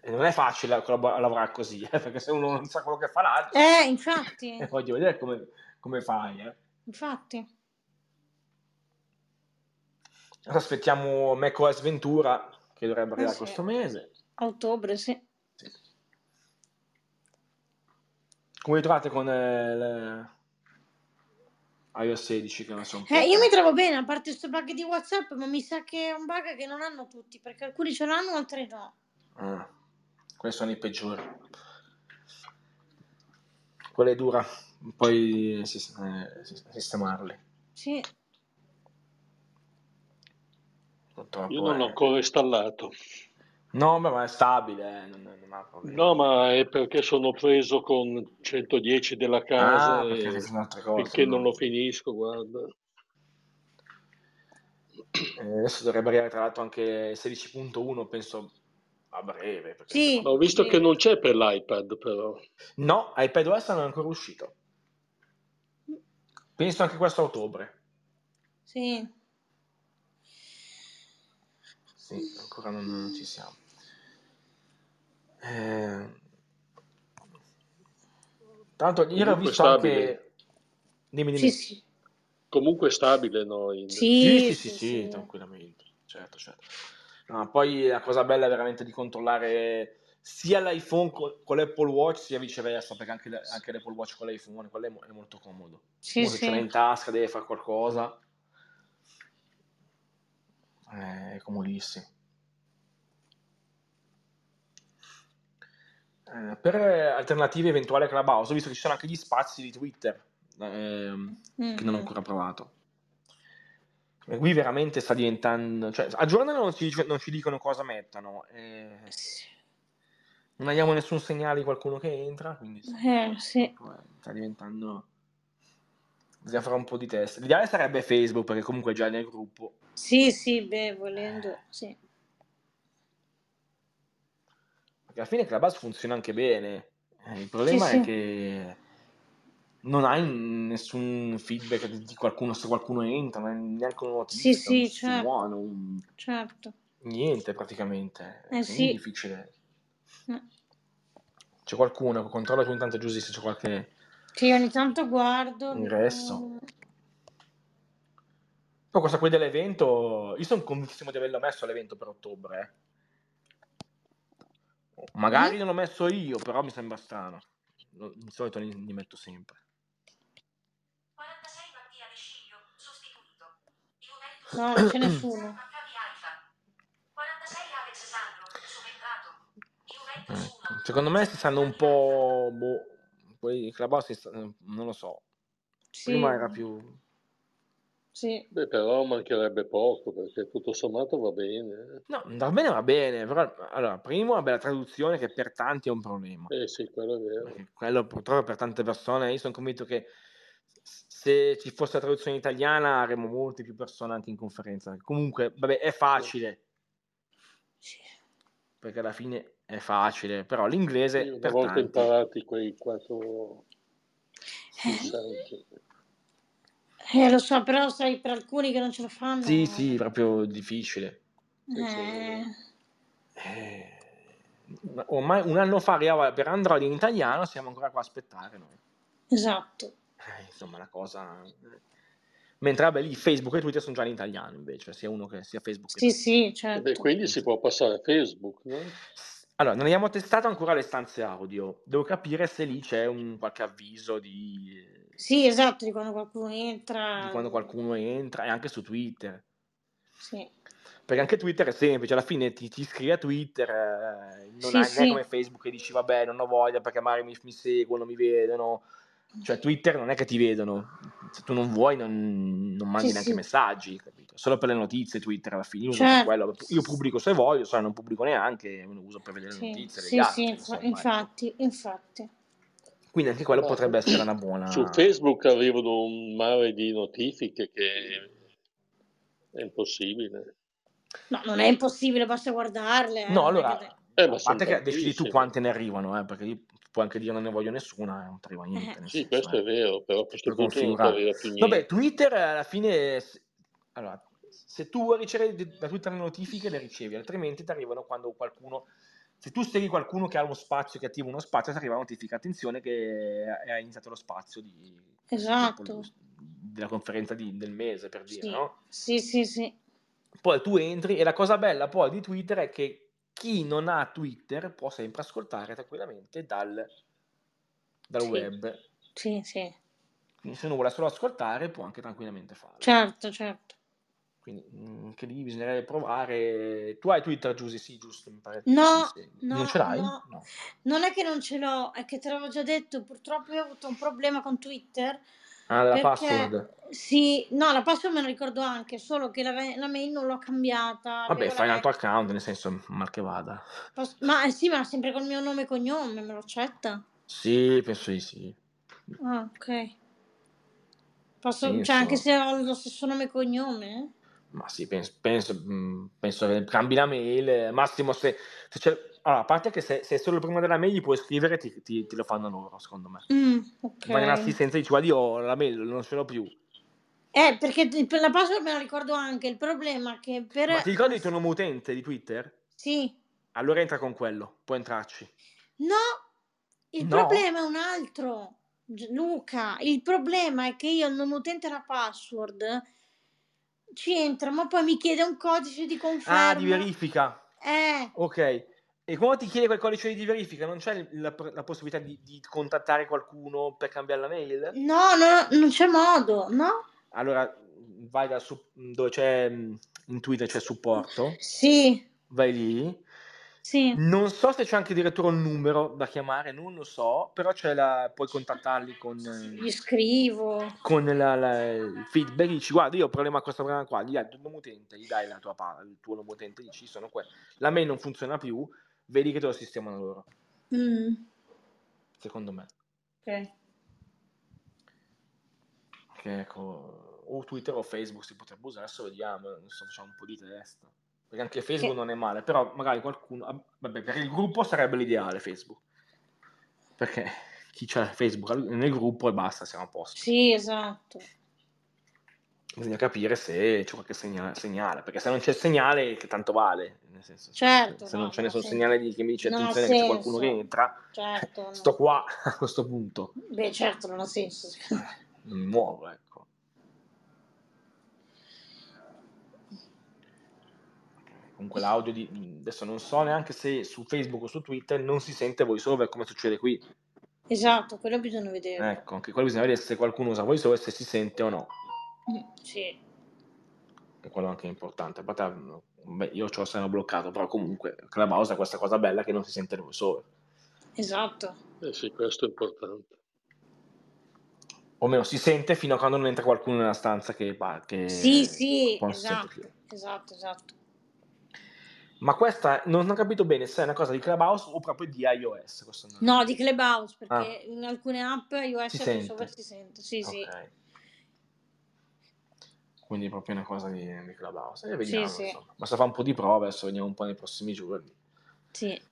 B: E non è facile collab- lavorare così, eh, perché se uno non sa quello che fa l'altro,
D: Eh, infatti,
B: eh, voglio vedere come, come fai. eh.
D: infatti.
B: Adesso aspettiamo macOS Ventura, che dovrebbe arrivare
D: sì.
B: questo mese.
D: A ottobre, sì. Eh,
B: Come vi trovate con eh, le- iOS 16? Che non so un po'.
D: Eh, io mi trovo bene, a parte sto bug di WhatsApp, ma mi sa che è un bug che non hanno tutti, perché alcuni ce l'hanno, altri no.
B: Ah, quelli sono i peggiori. Quella è dura, poi eh, sis- eh, sis- sistemarli.
D: Sì.
B: Purtroppo
C: Io non
B: è- eh.
C: l'ho ancora installato.
B: No, beh, ma è stabile. eh, non- non- non ha problemi.
C: No, ma è perché sono preso con 110 della casa
B: Ah, perché
C: e
B: sono altre cose.
C: eh, finché non
B: no.
C: lo finisco, guarda.
B: Eh, adesso dovrebbe arrivare tra l'altro anche 16.1, penso a breve. perché-
D: Sì.
C: Ma Ho visto
D: Sì.
C: che non c'è per l'iPad, però.
B: No, iPadOS non è ancora uscito. Penso anche questo a ottobre.
D: Sì.
B: Sì, ancora non, non ci siamo. Eh, Tanto ieri ho
C: Comunque
B: visto
C: stabile.
B: anche... Dimmi, dimmi.
D: Sì, sì.
C: Comunque è stabile, no? in-
D: Sì,
B: sì, sì, sì, tranquillamente. Certo, certo. No, ma poi la cosa bella è veramente di controllare sia l'iPhone co- con, l'Apple Watch sia viceversa, perché anche, le- anche l'Apple Watch con l'iPhone quello è, mo- è molto comodo.
D: Sì,
B: Uno se ce l'ha
D: sì.
B: in tasca, deve fare qualcosa. Eh, È comodissimo. Eh, per alternative eventuali a Clubhouse, ho visto che ci sono anche gli spazi di Twitter, ehm, che non ho
D: Mm.
B: ancora provato. E Eh, Qui veramente sta diventando... Cioè, aggiornano non ci, dice- non ci dicono cosa mettano. eh,
D: Sì.
B: non abbiamo nessun segnale di qualcuno che entra, quindi sì,
D: Eh, sì.
B: sta diventando... Bisogna fare un po' di test. L'ideale sarebbe Facebook, perché comunque è già nel gruppo.
D: Sì, sì, beh, volendo, sì.
B: Perché alla fine Clubhouse funziona anche bene. Eh, Il problema
D: Sì,
B: è
D: sì.
B: che non hai nessun feedback di di qualcuno se qualcuno entra, non hai neanche una
D: Sì,
B: notizia,
D: sì,
B: non si
D: certo,
B: muove, non-
D: certo.
B: niente praticamente.
D: Eh
B: Quindi è
D: sì.
B: difficile.
D: Mm.
B: C'è qualcuno che controlla tu intanto Giusy se c'è qualche
D: Sì, ogni tanto guardo. mm,
B: ingresso. Poi questa qui dell'evento, io sono convintissimo di averlo messo all'evento per ottobre. eh.
D: Eh?
B: Magari non l'ho messo io, però mi sembra strano. Lo- Di solito li, li metto sempre.
A: 46 Mattia De Sciglio, sostituito. Juventus
D: No, non c'è nessuno.
A: Maccabi Haifa. 46 Alex Sandro, subentrato. Juventus
B: Eh,
A: 1.
B: Secondo me si stanno un po'. Boh, poi i club non lo so.
D: Sì,
B: Prima era più.
D: sì.
C: Beh, però mancherebbe poco, perché tutto sommato va bene. eh.
B: No, va bene, va bene. Però, allora, primo, vabbè, la traduzione che per tanti è un problema.
C: Eh sì, quello è vero.
B: Perché quello purtroppo per tante persone, io sono convinto che se ci fosse la traduzione italiana avremmo molte più persone anche in conferenza. Comunque, vabbè, è facile,
D: Sì.
B: perché alla fine è facile, però l'inglese
C: Io una
B: per
C: volta
B: tanti.
C: imparati quei quattro
D: Eh,
C: pulsanti.
D: eh, lo so, però sai, per alcuni che non ce la fanno...
B: Sì, sì, proprio difficile.
C: Sì, sì.
D: Eh,
B: Eh, ormai un anno fa arrivava per Android in italiano, siamo ancora qua a aspettare noi.
D: esatto.
B: Eh, insomma, la cosa... eh. Mentre vabbè, lì Facebook e Twitter sono già in italiano invece, sia uno che sia Facebook che
D: Sì,
B: Twitter.
D: sì,
C: Beh,
D: certo.
C: quindi si può passare a Facebook, no?
B: Allora, non abbiamo testato ancora le stanze audio. Devo capire se lì c'è un qualche avviso di,
D: Sì, esatto, di quando qualcuno
B: di
D: entra.
B: quando qualcuno entra e anche su Twitter.
D: Sì,
B: Perché anche Twitter è semplice, alla fine ti, ti iscrivi a Twitter, eh, non,
D: sì,
B: hai, non è come
D: sì.
B: Facebook che dici vabbè non ho voglia perché magari mi, mi seguono, mi vedono. Cioè Twitter non è che ti vedono, se tu non vuoi non, non
D: Sì,
B: mandi neanche
D: sì,
B: messaggi, capito? Solo per le notizie Twitter alla fine, io uso per
D: certo.
B: quello, io pubblico se voglio, se no non pubblico neanche, lo uso per vedere le
D: Sì,
B: notizie degli
D: sì, sì,
B: altri,
D: infa-
B: insomma. ecco.
D: infatti, infatti.
B: Quindi anche quello
C: Ma
B: potrebbe essere una
C: su
B: buona...
C: Facebook arrivano un mare di notifiche che è impossibile.
D: No, non è impossibile, basta guardarle, eh,
B: No,
D: non è che...
B: allora,
D: te-
C: Eh,
B: a
C: ma sono
B: parte che decidi tu
C: tantissime.
B: quante ne arrivano, eh, perché io puoi anche dire non ne voglio nessuna e non ti arriva niente, nel
C: Sì,
B: senso,
C: questo è
B: eh.
C: vero, però a
B: Ci
C: questo
B: puoi
C: punto non ti
B: configurare.
C: arriva più
B: Vabbè,
C: niente.
B: Twitter eh, alla fine... se- Allora, se tu vuoi ricevere di- da Twitter le notifiche le ricevi, altrimenti ti arrivano quando qualcuno... Se tu segui qualcuno che ha uno spazio, che attiva uno spazio, ti arriva la notifica, attenzione che ha iniziato lo spazio di, del pol-
D: Esatto.
B: della conferenza di- del mese, per dire,
D: Sì,
B: no?
D: sì, sì, sì.
B: poi tu entri e la cosa bella poi di Twitter è che chi non ha Twitter può sempre ascoltare tranquillamente dal, dal
D: Sì,
B: web.
D: sì, sì.
B: Quindi se uno vuole solo ascoltare può anche tranquillamente farlo.
D: Certo, certo.
B: Quindi mm, anche lì bisognerebbe provare. Tu hai Twitter, Giusy? Sì, giusto, mi pare. di
D: No,
B: sì. Non ce
D: no,
B: l'hai?
D: no.
B: No.
D: Non è che non ce l'ho, è che te l'avevo già detto, purtroppo io ho avuto un problema con Twitter
B: Ah, la
D: Perché-
B: password.
D: Sì, no, la password me lo ricordo anche, solo che la, ve- la mail non l'ho cambiata.
B: Vabbè,
D: avevo la
B: fai un altro
D: vecchia.
B: account, nel senso, mal che vada.
D: Posso- Ma eh, sì, ma sempre col mio nome e cognome, me lo accetta?
B: Sì, penso di sì.
D: Ah, ok. Posso-
B: Penso.
D: Cioè, anche se ho lo stesso nome e cognome?
B: Ma sì, penso, penso, mh, penso che cambi la mail. eh, Massimo, se, se c'è... Allora, a parte che se, se è solo prima della mail gli puoi scrivere, ti, ti- ti lo fanno loro, secondo me.
D: eh? Mm, ok.
B: Ma in assistenza dici, guardi, ho la mail, non ce l'ho più.
D: Eh, perché di- per la password me la ricordo anche, il problema è che per...
B: Ma ti ricordi il tuo nome utente di Twitter?
D: Sì.
B: Allora entra con quello, puoi entrarci.
D: No, il
B: No?
D: problema è un altro, Luca. Il problema è che io il nome utente e la password ci entra, ma poi mi chiede un codice di conferma.
B: Ah, di verifica.
D: Eh,
B: Ok. E quando ti chiede quel codice di verifica, non c'è la, la possibilità di, di contattare qualcuno per cambiare la mail?
D: no, no, non c'è modo, no?
B: Allora vai da su- dove c'è mh, in Twitter c'è supporto,
D: Sì,
B: vai lì.
D: sì.
B: Non so se c'è anche addirittura un numero da chiamare, non lo so, però c'è la, puoi contattarli con,
D: Gli
B: eh,
D: scrivo.
B: con la- la- il feedback. Dici, guarda, io ho problema con questo problema qua. Gli dai il tuo nome utente, gli dai la tua pa- il tuo nome utente, dici, sono qua. La mail non funziona più, vedi che te lo sistemano loro.
D: Mm,
B: Secondo me.
D: ok.
B: Che ecco, o Twitter o Facebook si potrebbe usare, adesso vediamo, non so, facciamo un po' di testa. Perché anche Facebook
D: Che-
B: non è male, però magari qualcuno... ah, Vabbè, per il gruppo sarebbe l'ideale Facebook. Perché chi c'è Facebook al- nel gruppo e basta, siamo a posto.
D: Sì, esatto.
B: Bisogna capire se c'è qualche segna- segnale, perché se non c'è il segnale, che tanto vale. Nel senso, se-
D: Certo,
B: se
D: no,
B: non c'è
D: non ha
B: nessun
D: senso.
B: segnale di- che mi dice
D: Non ha
B: attenzione che c'è
D: senso.
B: qualcuno che entra,
D: Certo. no.
B: sto qua a questo punto.
D: Beh, certo, non ha senso.
B: Non mi muovo, ecco. Comunque l'audio di... Adesso non so neanche se su Facebook o su Twitter non si sente voiceover come succede qui.
D: Esatto, quello bisogna vedere.
B: Ecco, anche quello bisogna vedere se qualcuno usa voiceover, se si sente o no. Ecco.
D: Mm, Sì.
B: Che quello anche è importante. A parte, beh, io ce lo sono bloccato, però comunque Clubhouse ha questa cosa bella che non si sente il voiceover.
D: Esatto,
C: Eh sì, questo è importante.
B: O meno, si sente fino a quando non entra qualcuno nella stanza che... pa- che
D: sì, sì,
B: poi non si sente più.
D: esatto, esatto, esatto.
B: Ma questa non ho capito bene se è una cosa di Clubhouse o proprio di iOS. Questo non-
D: No, di Clubhouse, perché in alcune app iOS
B: Ah. Si
D: e voiceover
B: sente.
D: si sente, sì, sì,
B: Ok. quindi è proprio una cosa di, di Clubhouse. E
D: Sì,
B: vediamo,
D: sì.
B: insomma. Basta fare un po' di prove, adesso vediamo un po' nei prossimi giorni.
D: sì.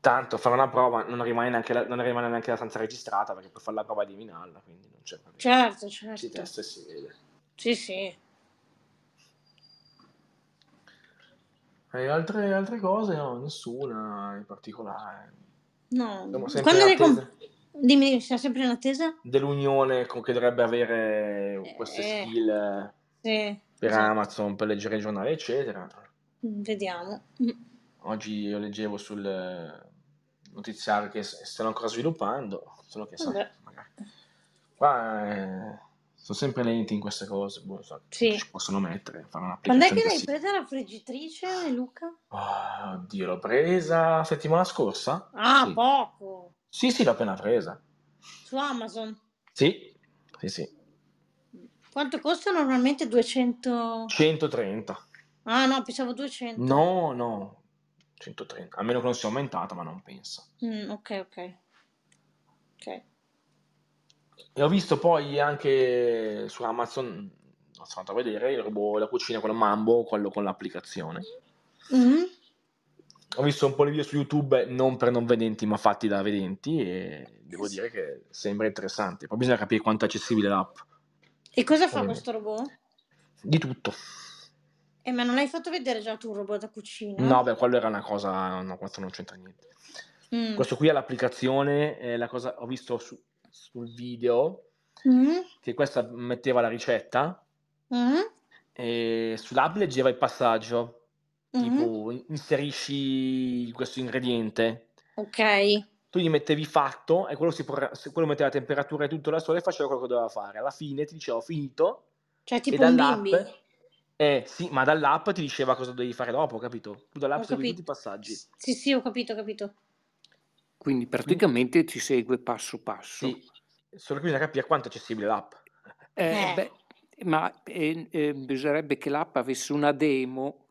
B: Tanto fare una prova non rimane neanche la, non rimane neanche la stanza registrata perché puoi fare la prova di eliminarla, quindi non c'è problema.
D: Certo,
B: Si
D: certo.
B: testa e si vede.
D: Sì, sì.
B: E altre, altre cose? No, nessuna in particolare.
D: No.
B: Siamo sempre
D: Quando
B: in
D: le comp-
B: attesa
D: Dimmi, dimmi, siamo sempre in attesa?
B: dell'unione con- che dovrebbe avere
D: Eh,
B: queste skill eh,
D: Sì.
B: per
D: esatto.
B: Amazon, per leggere il giornale, eccetera.
D: Mm, Vediamo. Mm.
B: Oggi io leggevo sul eh, notiziario che s- stanno ancora sviluppando, solo che so,
D: Vabbè.
B: magari. Qua eh, sono sempre lenti in queste cose, boh, so,
D: Sì.
B: ci possono mettere, fare
D: Quando è
B: un'applicazione
D: che l'hai
B: così.
D: presa la friggitrice, Luca?
B: Oh, oddio, l'ho presa settimana scorsa?
D: Ah,
B: Sì,
D: poco.
B: sì, sì, l'ho appena presa.
D: Su Amazon.
B: Sì, sì, sì.
D: Quanto costa normalmente? 200...
B: 130.
D: Ah, no, pensavo 200.
B: No, no, 130. A meno che non sia aumentata, ma non penso.
D: Mm, ok, ok. Ok.
B: E ho visto poi anche su Amazon, sono andato a vedere il robot, la cucina, quello Mambo, quello con l'applicazione.
D: Mm.
B: Ho visto un po' di video su YouTube, non per non vedenti, ma fatti da vedenti, e devo dire che sembra interessante. Poi bisogna capire quanto è accessibile l'app.
D: E cosa fa
B: Ovviamente.
D: questo robot?
B: Di tutto.
D: Eh, ma non l'hai fatto vedere già tu il robot da cucina?
B: No, beh, quello era una cosa, no, questo non c'entra niente.
D: Mm.
B: Questo qui è l'applicazione, è la cosa, ho visto su- sul video
D: Mm.
B: che questa metteva la ricetta
D: Mm.
B: e sull'app leggeva il passaggio.
D: Mm.
B: tipo in- inserisci questo ingrediente,
D: Ok.
B: tu gli mettevi fatto e quello, si porra- se- quello metteva la temperatura e tutto da sole e faceva quello che doveva fare. Alla fine ti diceva ho finito
D: Cioè,
B: e
D: tipo un
B: dall'app...
D: bimbi.
B: Eh sì, ma dall'app ti diceva cosa dovevi fare dopo, capito? Tu dall'app
D: Ho
B: segui
D: capito.
B: tutti i passaggi.
D: Sì, sì, ho capito, ho capito.
E: Quindi praticamente ci segue passo passo.
B: Sì, solo che bisogna capire quanto è accessibile l'app.
E: Eh,
D: Eh.
E: beh, ma eh, eh, bisognerebbe che l'app avesse una demo.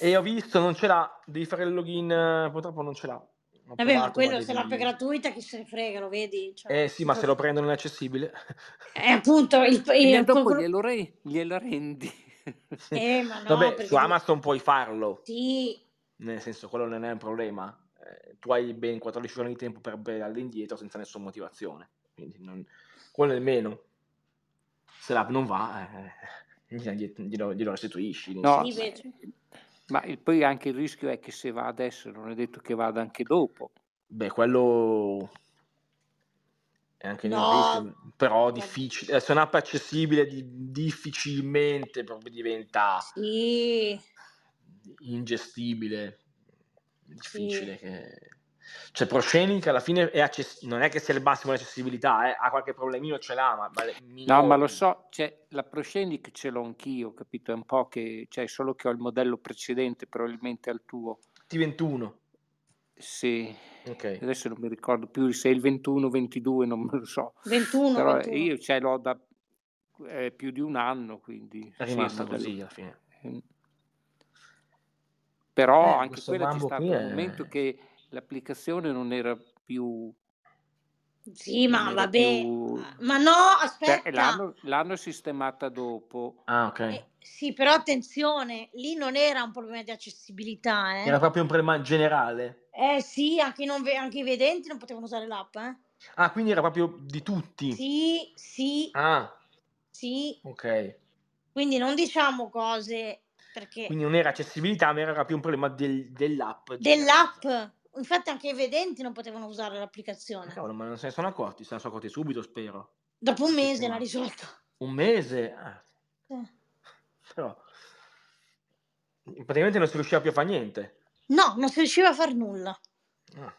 B: E ho visto, non ce l'ha, devi fare il login, eh, purtroppo non ce l'ha. Ho
D: Vabbè, ma
B: provato,
D: quello
B: devi-
D: se l'app è gratuita, chi se ne frega, lo vedi? Cioè,
B: Eh sì, ma se lo prendo non è accessibile.
D: Eh, appunto, il, il-
E: E dopo
D: quello-
E: glielo, re- glielo rendi.
D: Eh, ma no,
B: Vabbè,
D: perché
B: su Amazon puoi farlo,
D: sì,
B: nel senso quello non è un problema. Eh, tu hai ben 14 giorni di tempo per belarli indietro senza nessuna motivazione. Quindi non... quello è meno. Se l'app non va, eh, gli- glielo, glielo restituisci. nel
E: No,
D: sì,
B: senso.
D: beh,
E: eh, ma il- poi anche il rischio è che se va adesso non è detto che vada anche dopo.
B: Beh, quello è anche lì un
D: No.
B: rischio, però difficile. Eh, Se è un'app accessibile, di- difficilmente proprio diventa
D: sì,
B: ingestibile. Difficile che... Cioè, Prosceni che alla fine è access- non è che sia il massimo di accessibilità, eh, ha qualche problemino, ce l'ha, ma... ma le-
E: No,
B: minori.
E: ma lo so, cioè, la Proscenic ce l'ho anch'io, capito? È un po' che, cioè, solo che ho il modello precedente probabilmente al tuo.
B: T21.
E: Se
B: Ok.
E: adesso non mi ricordo più se è il 21, 22, non me lo so.
D: 21,
E: Però
D: 21.
E: io ce l'ho da eh, più di un anno, quindi
B: È
E: sì,
B: rimasta
E: il modello-
B: così alla fine.
E: ehm. Però
B: Eh,
E: anche
B: questo
E: quella c'è
B: mambo
E: stato
B: qui
E: un
B: è-
E: momento che l'applicazione non era più
D: Sì, ma
E: non era
D: vabbè.
E: più-
D: Ma no,
E: Cioè,
D: aspetta.
E: l'hanno, l'hanno sistemata dopo.
B: Ah, ok.
D: Eh, sì, però attenzione, lì non era un problema di accessibilità, eh.
B: Era proprio un problema generale.
D: Eh sì, anche i, non ve- anche i vedenti non potevano usare l'app, eh.
B: Ah, quindi era proprio di tutti.
D: Sì, sì,
B: Ah,
D: sì.
B: ok.
D: Eh. Quindi non diciamo cose perché
B: Quindi non era accessibilità, ma era più un problema del- dell'app. diciamo
D: dell'app, infatti anche i vedenti non potevano usare l'applicazione.
B: Cavolo, ma non se ne sono accorti, se ne sono accorti subito, spero.
D: Dopo un
B: Sì,
D: mese
B: sì,
D: l'ha
B: ma-
D: risolto.
B: Un mese? Ah,
D: Eh.
B: però... Praticamente non si riusciva più a fare niente.
D: No, non si riusciva a far nulla,
B: Ah,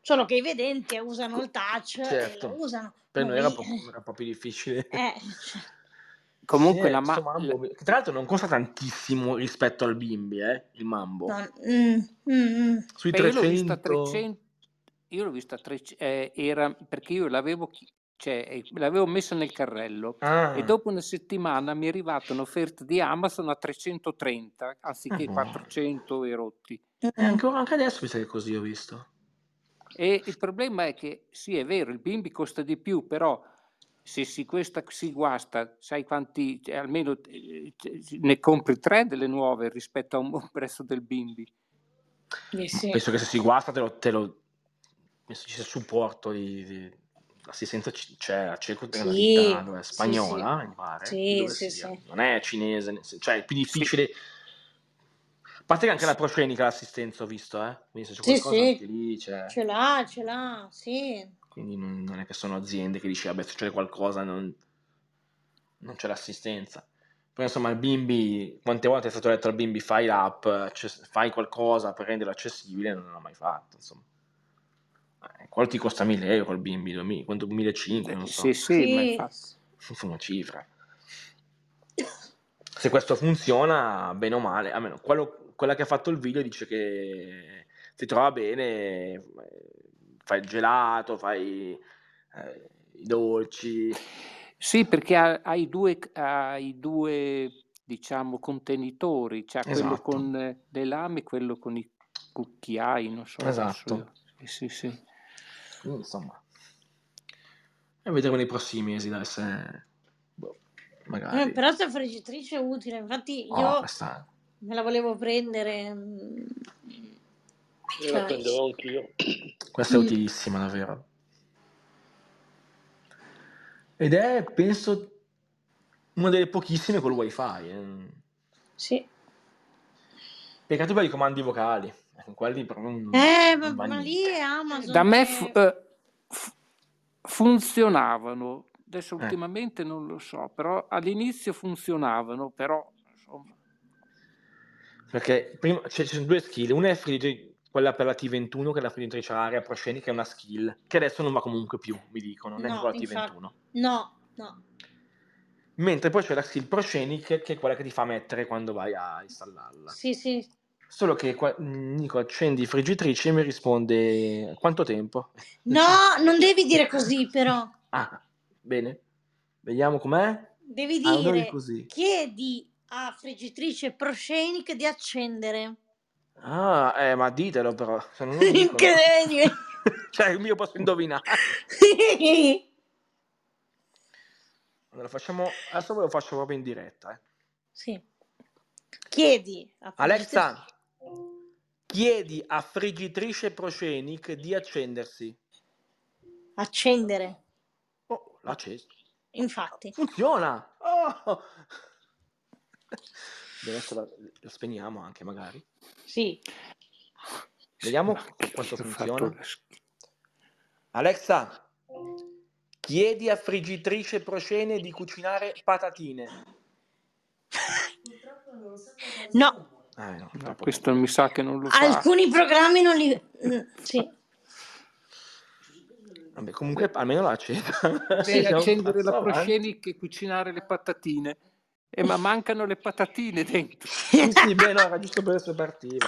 D: solo che i vedenti usano il touch
B: Certo.
D: e lo usano.
B: per noi era,
D: Noi-
B: proprio- era proprio difficile.
D: Eh, cioè,
E: Comunque
B: Sì,
E: la,
B: questo
E: ma-
B: mambo... che Tra l'altro non costa tantissimo rispetto al bimbi, eh, il mambo.
D: no, mm, mm, mm.
B: Sui
E: Beh, io l'ho vista a
B: 300...
E: 300, io l'ho vista a 300, eh, era perché io l'avevo, chi- cioè, eh, l'avevo messa nel carrello
B: Ah,
E: e dopo una settimana mi è arrivata un'offerta di Amazon a 330 anziché
B: Ah.
E: 400 e rotti.
B: e Eh, ancora anche adesso mi sa che è così, ho visto.
E: E il problema è che sì, è vero, il bimbi costa di più, però se si, questa si guasta, sai quanti, cioè, almeno eh, c- ne compri tre delle nuove rispetto a un buon prezzo del bimbi.
D: Eh sì.
B: Penso che se si guasta te lo... Te lo... Penso ci sia supporto di... di... Assistenza c- c'è a Ceco è una
D: Sì,
B: città dove è
D: sì,
B: spagnola,
D: sì.
B: mi pare,
D: Sì,
B: dove
D: sì,
B: sia.
D: sì.
B: non è cinese, nel sen- cioè è più
E: Sì.
B: difficile. A parte che anche la proscenica l'assistenza ho visto, eh? quindi se c'è
D: Sì,
B: qualcosa
D: sì.
B: anche lì, c'è.
D: Ce l'ha, ce l'ha, sì.
B: quindi non, non è che sono aziende che dice vabbè se c'è qualcosa non, non c'è l'assistenza poi insomma il bimbi quante volte è stato detto al bimbi fai l'app acce- fai qualcosa per renderlo accessibile non l'ha mai fatto insomma Eh, quello ti costa 1000 euro il bimbi 2000, quanto 1500 Eh, non so
E: Eh, Sì, sì, ma
D: Sì.
E: infatti.
B: sono cifre se questo funziona bene o male almeno quello- quella che ha fatto il video dice che ti trova bene eh, fai il gelato fai eh, i dolci
E: Sì, perché ha, ha i due, ha i due, diciamo, contenitori, cioè quello
B: Esatto.
E: con eh, le lame e quello con i cucchiai, non so.
B: Esatto.
E: adesso io. Sì, sì, sì.
B: Quindi, insomma, e vedremo nei prossimi mesi dai, se boh, magari.
D: Eh, però questa friggitrice è utile, infatti
B: Oh,
D: io
B: questa-
D: me la volevo prendere. mm,
C: Io la
F: Certo.
D: cioè,
C: prenderò anch'io.
B: questa è
D: Mm.
B: utilissima davvero. Ed è, penso, una delle pochissime col wifi. eh.
D: sì.
B: Peccato per i comandi vocali. Ecco, Quelli proprio non,
D: Eh, ma,
B: non va
D: ma
B: niente.
D: lì è Amazon.
E: Da me
D: che-
E: fu- eh, fu- funzionavano, adesso
B: Eh.
E: ultimamente non lo so, però all'inizio funzionavano, però insomma.
B: Perché prima, cioè, ci sono due skill. Una è friggi- quella per la T21, che è la friggitrice aria proscenica, è una skill che adesso non va comunque più, mi dicono, non è
D: No,
B: ancora la
D: infatti.
B: T21.
D: No, no.
B: Mentre poi c'è la skill proscenic che è quella che ti fa mettere quando vai a installarla.
D: Sì, sì.
B: Solo che qua, Nico accendi friggitrice e mi risponde quanto tempo?
D: No, non devi dire così, però.
B: Ah, bene. Vediamo com'è.
D: Devi
B: Ah, allora è
D: dire,
B: così.
D: chiedi a friggitrice Proscenic di accendere.
B: Ah, eh, ma ditelo però, se non lo dicono.
D: Che
B: cioè, io posso indovinare. Allora, facciamo... Adesso ve lo faccio proprio in diretta. eh.
D: Sì. Chiedi a
B: Alexa, chiedi a friggitrice Procenic di accendersi.
D: accendere.
B: Oh, l'ha acceso.
D: Infatti,
B: Funziona! Oh! Beh, Adesso la, la spegniamo anche, magari.
D: sì.
B: Vediamo
E: Ma che
B: quanto
E: ho fatto
B: funziona.
E: la sch-
B: Alexa, chiedi a friggitrice Procene di cucinare patatine.
D: No,
B: Ah, no,
E: No,
B: troppo
E: questo mi sa che non lo fa.
D: alcuni programmi non li... mm, Sì.
B: tempo. Vabbè, comunque almeno la accetta.
E: Devi accendere la
B: Procene
E: proscenic e cucinare le patatine. Eh, ma mancano le patatine dentro.
B: Sì, sì, beh, no, era giusto per adesso partiva.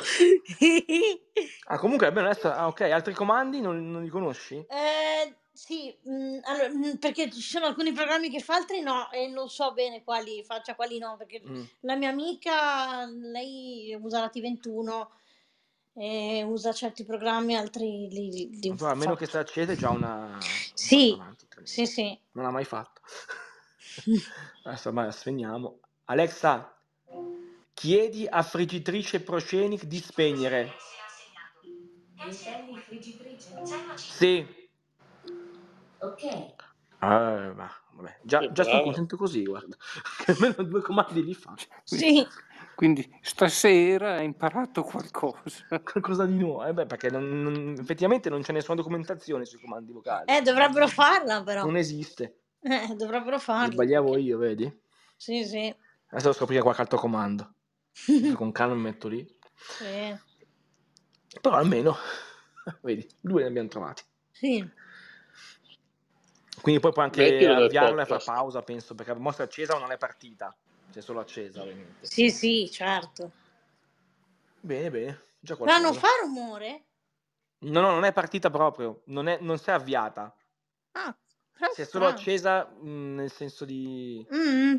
B: Ah, comunque, bene, adesso, ah, ok, altri comandi non, non li conosci?
D: Eh, sì, mm, allora, mm, perché ci sono alcuni programmi che fa altri no e non so bene quali faccia, quali no, perché
B: Mm.
D: la mia amica, lei usa la T21, eh, usa certi programmi, altri li, li- li
B: Non so, a meno
D: fa.
B: che si accede è già una... un
D: Sì,
B: passo avanti, tremendo.
D: Sì, sì.
B: Non l'ha mai fatto. adesso ormai la spegniamo. Alexa, chiedi a friggitrice Procenic di spegnere.
G: Accendi friggitrice. C'è la-
B: Sì.
G: Ok.
B: Ah, ma, vabbè. Già,
C: Che
B: già sono
C: brava.
B: contento così, guarda. Che almeno due comandi li fa.
D: Sì.
E: Quindi stasera hai imparato qualcosa.
B: Qualcosa di nuovo. Eh beh, perché non- non- effettivamente non c'è nessuna documentazione sui comandi vocali.
D: Eh, dovrebbero farla però.
B: Non esiste.
D: Eh, dovrebbero
B: Mi
D: farla.
B: sbagliavo io, vedi?
D: Sì, sì.
B: Adesso devo scoprire qualche altro comando. Adesso con calma mi metto lì.
D: Sì.
B: Però almeno, vedi, due ne abbiamo trovati.
D: Sì.
B: Quindi poi puoi anche
C: Mettilo nel
B: avviarla e far
C: podcast.
B: pausa, penso, perché la mostra accesa non è partita. C'è solo accesa, ovviamente.
D: Sì, sì, certo.
B: Bene, bene. Già
D: Ma
B: qualcosa.
D: non fa rumore?
B: No, no, non è partita proprio. Non, è, non si è avviata.
D: Ah, però
B: Si è solo
D: strano.
B: accesa mh, nel senso di...
D: Mm.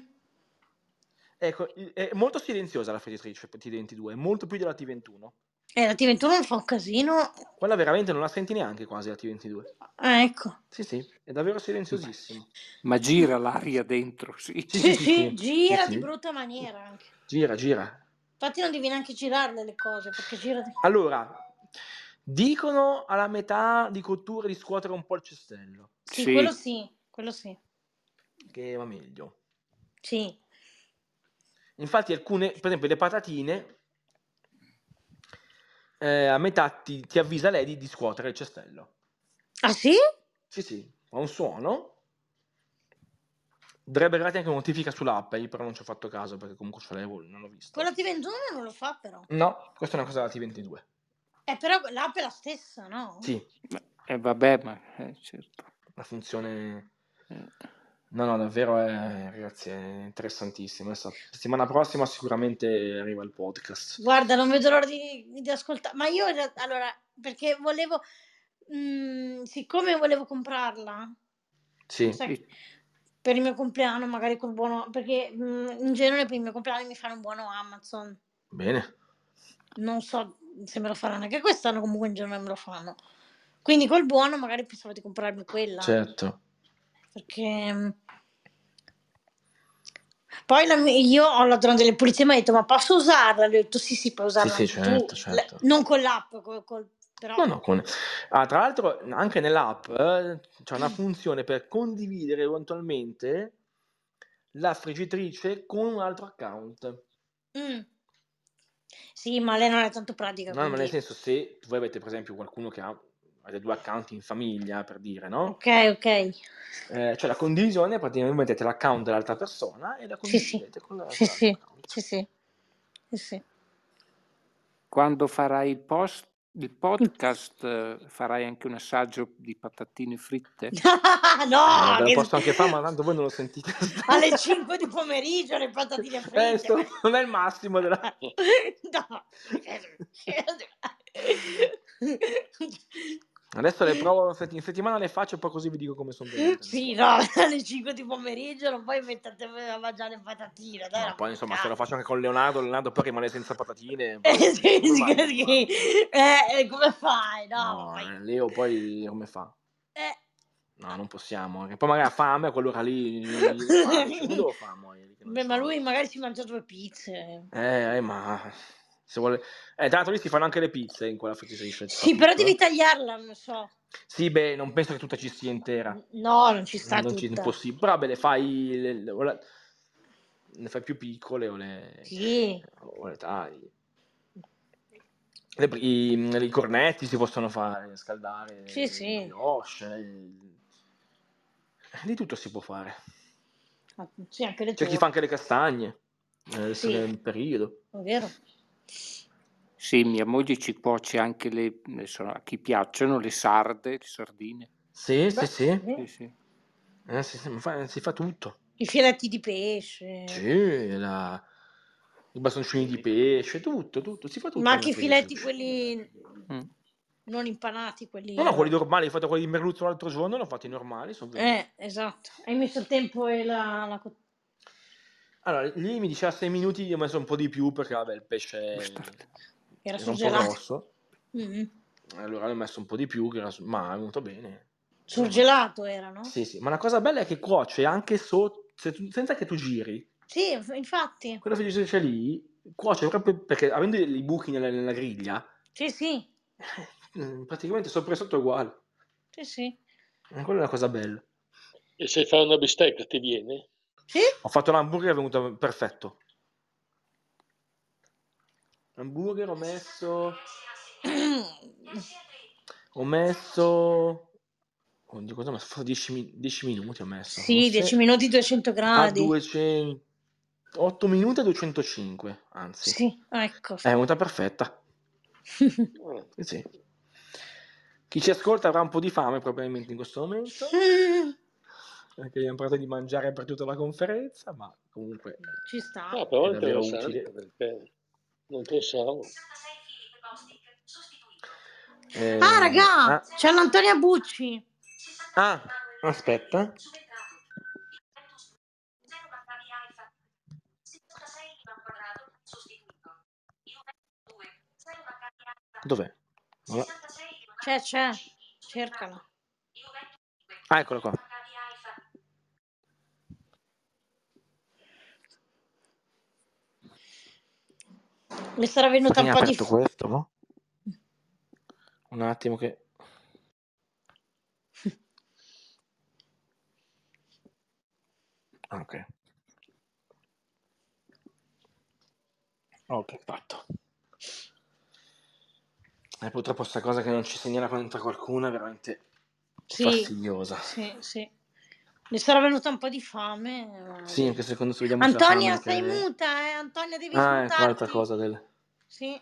B: Ecco, il- è molto silenziosa la friggitrice T22, molto più della T21.
D: Eh, la T21 fa un casino.
B: Quella veramente non la senti neanche quasi la T22.
D: Ah, ecco.
B: Sì, sì, è davvero silenziosissimo.
E: Ma gira l'aria dentro, sì.
B: Sì, sì,
D: Sì, sì,
B: sì.
D: gira
B: Sì,
D: di
B: sì.
D: brutta maniera anche.
B: Gira, gira.
D: Infatti non devi neanche girarle le cose, perché gira di...
B: Allora, dicono alla metà di cottura di scuotere un po' il cestello,
D: Sì, quello
E: Sì,
D: sì, quello sì.
B: che va meglio.
D: Sì.
B: Infatti alcune, per esempio le patatine, eh, a metà ti, ti avvisa lei di, di scuotere il cestello.
D: Ah sì?
B: Sì, sì, fa un suono. Dovrebbe arrivare anche una notifica sull'app, io però non ci ho fatto caso perché comunque ce l'avevo, non l'ho visto.
D: Quella T21 non lo fa però.
B: No, questa è una cosa della T22.
D: Eh, però l'app è la stessa, no?
B: Sì,
E: eh, vabbè, ma eh, certo.
B: la funzione...
E: Eh,
B: No, no, davvero è, ragazzi, è interessantissimo. Adesso, settimana prossima sicuramente arriva il podcast.
D: Guarda, non vedo l'ora di, di ascoltare. Ma io, in realtà- allora, perché volevo... mm, siccome volevo comprarla,
B: Sì.
D: sai,
E: sì.
D: per il mio compleanno, magari col buono... Perché mm, in genere per il mio compleanno mi fanno un buono Amazon.
B: Bene.
D: non so se me lo faranno anche quest'anno, comunque in genere me lo fanno. Quindi col buono magari pensavo di comprarmi quella,
B: Certo.
D: perché mm, poi la mi- io ho la donna delle pulizie mi ha detto "Ma posso usarla?" Le ho detto "Sì, sì, puoi usarla
B: Sì, sì,
D: anche
B: certo,
D: tu,
B: certo.
D: Le- non con l'app, col- col- però
B: No, no, con... Ah, tra l'altro anche nell'app eh, c'è una funzione per condividere eventualmente la friggitrice con un altro account.
D: Mm. Sì, ma lei non è tanto pratica,
B: No, ma nel
D: Eh, quindi
B: senso se voi avete per esempio qualcuno che ha avete due account in famiglia, per dire, no?
D: Ok, ok.
B: Eh, cioè la condivisione praticamente mettete l'account dell'altra persona e la
D: Sì, sì.
B: condividete con
D: Sì,
B: l'altro
D: sì.
B: account.
D: Sì, sì. Sì, sì.
E: Quando farai il, post, il podcast, eh, farai anche un assaggio di patatine fritte?
B: Eh,
D: no,
B: beh, lo
D: Ah, che-
B: posso anche fare, ma tanto voi non lo sentite.
D: alle 5 di pomeriggio le patatine fritte.
B: Eh, sto- non è il massimo della...
D: no.
B: Adesso le provo sett- in settimana le faccio e poi così vi dico come sono venute.
D: Sì, no, alle 5 di pomeriggio non puoi metterti a mangiare le patatine. Dai,
B: Ma
D: la
B: poi insomma se
D: porca.
B: lo faccio anche con Leonardo, Leonardo poi rimane senza patatine.
D: Eh, sì,
B: Come fai?
D: perché- eh, eh, come fai? No, ma
B: No,
D: fai-
B: eh, Leo poi come fa?
D: eh,
B: No, non possiamo. Che poi magari ha fame a quell'ora lì. gli- gli- fame, cioè, Come devo fare a morire lì che non
D: beh,
B: so?
D: ma lui magari si mangia due pizze.
B: Eh, eh, ma... Se vuole... Eh, tra l'altro lì si fanno anche le pizze in quella friggitrice.
D: Sì, però devi tagliarla, non so.
B: Sì, beh, non penso che tutta ci sia intera.
D: No, non ci sta
B: Ah. non ci
D: tutta.
B: impossibile. Però beh, le fai... Le, le- o la- le fai più piccole o le...
D: Sì.
B: o le tagli. Le- i, I cornetti si possono fare, scaldare,
D: Sì, sì.
B: le brioche, il- di tutto si può fare.
D: Ah, Sì, anche le
B: C'è chi
D: torte,
B: fa anche le castagne, eh, adesso
D: Sì.
B: che è un periodo.
D: è vero?
E: Sì, mia moglie ci cuoce anche le, ne so, a chi piacciono, le sarde, le sardine.
B: Sì,
D: Beh,
B: sì, sì,
E: Sì,
D: sì.
E: sì.
B: Eh, si, si fa, si fa tutto.
D: I filetti di pesce.
B: Sì, la- i bastoncini di pesce, tutto, tutto, si fa tutto.
D: Ma anche
B: alla
D: i filetti
B: friggitrice.
D: quelli
E: Mm.
D: non impanati, quelli...
B: No, no, quelli normali, ho fatto quelli di merluzzo l'altro giorno, l'ho fatti normali, sono venuti.
D: Eh, esatto. Hai messo il tempo e la... la... co-
B: Allora, lì mi diceva 6 minuti, io ho messo un po' di più perché, vabbè, il pesce
E: Bastardo.
B: era
D: Era
B: un po'
D: surgelato.
B: grosso.
D: Mm.
B: Allora l'ho messo un po' di più, che era- ma è venuto bene.
D: Surgelato era, no?
B: Sì, sì, ma la cosa bella è che cuoce anche sotto, senza che tu giri,
D: Sì, infatti.
B: quella friggitrice lì cuoce proprio perché avendo i buchi nella, nella griglia,
D: Sì, sì.
B: eh, praticamente sopra e sotto è uguale.
D: Sì, sì.
B: Eh, Quella è la cosa bella.
C: E se fai una bistecca ti viene?
D: Sì?
B: Ho fatto l'hamburger, è venuto perfetto. Hamburger ho messo, ho messo, oddio, cosa ho messo? Forse 10, mi- 10 minuti ho messo,
D: Sì,
B: forse.
D: 10 minuti 200
B: a
D: gradi.
B: 200, 8 minuti a 205, anzi.
D: Sì, ecco.
B: È venuta perfetta.
C: Ah.
B: Eh Sì, sì. Chi ci ascolta avrà un po' di fame probabilmente in questo momento,
D: Mm,
B: perché abbiamo parlato di mangiare per tutta la conferenza, ma comunque
D: Ci sta.
C: No,
B: è
C: Ah, però è
B: davvero
C: interessante
B: utile.
C: perché non pensavo.
B: Eh,
D: Ah, raga,
B: ah,
D: c'è l'Antonia Bucci.
B: ah, aspetta. Dov'è? Non la-
D: C'è, c'è. Cercala.
B: Ah, eccola qua.
D: Mi sarà venuta
B: Perché
D: un
B: mi ha
D: po' di...
B: aperto questo, no? Un attimo che... ah, ok. Ok, fatto. E purtroppo sta cosa che non ci segnala quando entra qualcuno è veramente
D: Sì,
B: fastidiosa.
D: sì, sì. Mi sarà venuta un po' di fame. ma-
B: Sì, anche secondo se vediamo se la
D: Antonia,
B: fame
D: stai
B: che-
D: muta, eh? Antonia, devi
B: Ah, ecco l'altra
D: smutarti.
B: cosa del...
D: Sì.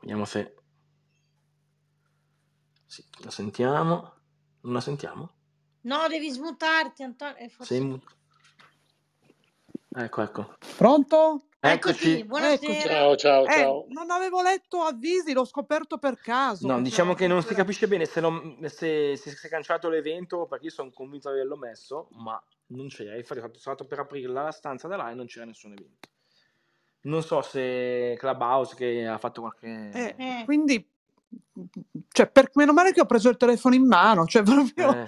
B: Vediamo se... Sì, la sentiamo. Non la sentiamo?
D: No, devi smutarti, Antonia. Eh, forse-
B: Sei mu- Ecco, ecco.
F: Pronto?
D: Eccoti, buonasera.
C: Ciao, ciao,
F: Eh,
C: ciao.
F: non avevo letto avvisi, l'ho scoperto per caso. Cioè, eh,
B: No,
F: che
B: diciamo
F: c'era-
B: che non si
F: c'era-
B: capisce bene se, l'ho- se, se si è cancellato l'evento perché io sono convinto di averlo messo, ma non c'era. Infatti sono stato per aprirla la stanza da là e non c'era nessun evento. Non so se Clubhouse che ha fatto qualche...
F: Eh,
D: Eh.
F: quindi, cioè, per, meno male che ho preso il telefono in mano, cioè proprio...
B: Eh,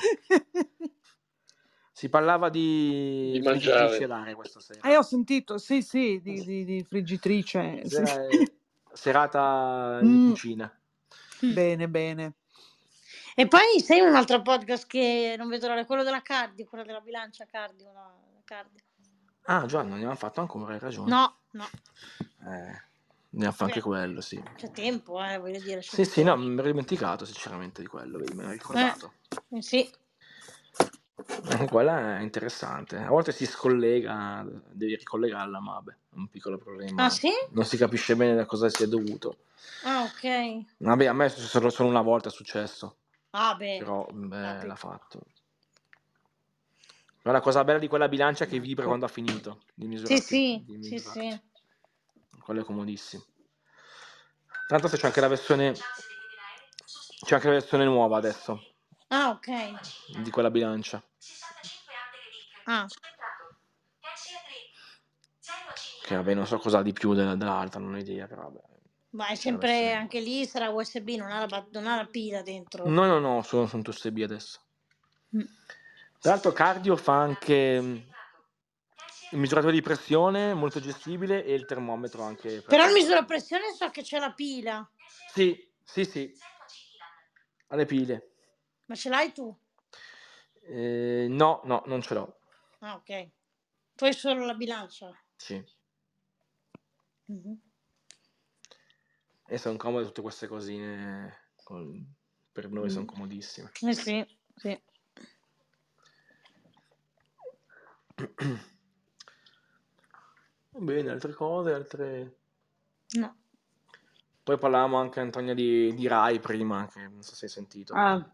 B: si parlava
C: Di
B: di friggitrice
C: mangiare.
B: d'aria questa sera.
F: Eh, ho sentito, sì, sì, di, di- di
D: Eh,
F: friggitrice. sì.
B: Sera è- serata di
F: Mm,
B: cucina.
F: bene, bene.
D: E poi sai un altro podcast che non vedo l'ora, quello della Cardi, quello della bilancia Cardi. o la- la Cardi.
B: Ah, Giovanni, non ne abbiamo fatto ancora, hai ragione.
D: No, no,
B: Eh, ne ha fatto anche
D: vabbè,
B: quello, sì.
D: c'è tempo, eh, voglio dire. c'è
B: Sì, sì, no,
D: tempo.
B: mi ero dimenticato sinceramente di quello, vedi, me l'ha
D: Eh,
B: ricordato.
D: eh sì, Eh.
B: Anche Quella è interessante. A volte si scollega, devi ricollegarla, ma vabbè, è un piccolo
D: ah
B: problema.
D: sì?
B: Non si capisce bene da cosa sia dovuto.
D: Ah ok,
B: Vabbè, a me solo, solo una volta è successo,
D: ah beh,
B: però mm, beh,
D: vabbè.
B: l'ha fatto. Ma la cosa bella di quella bilancia è che vibra quando ha finito di
D: Sì,
B: misurarsi.
D: sì,
B: Di
D: sì,
B: misurarsi.
D: sì.
B: quello è comodissimo. Tanto se c'è anche la versione c'è anche la versione nuova adesso
D: Ah, ok.
B: di quella bilancia
D: Ah.
B: che vabbè non so cosa di più della- dell'altra non ho idea però vabbè
D: Ma è
B: La
D: sempre
B: versione-
D: anche lì sarà USB, non ha la, ba- non ha la pila dentro.
B: no no no sono, sono tutte B adesso
F: Mm.
B: tra l'altro cardio fa anche mm, il misuratore di pressione molto gestibile e il termometro anche
D: Però il misura pressione so che c'è la pila,
B: sì sì sì alle pile
D: ma ce l'hai tu?
B: Eh, no no non ce l'ho
D: Ah, ok. Tu hai solo la bilancia.
B: sì
D: Mhm.
B: e sono comode tutte queste cosine col- per noi sono
D: Mm.
B: comodissime
D: Eh sì, sì.
B: Bene, altre cose, altre...
D: No.
B: Poi parlavamo anche Antonia di, di Rai prima, che non so se hai sentito.
F: Ah,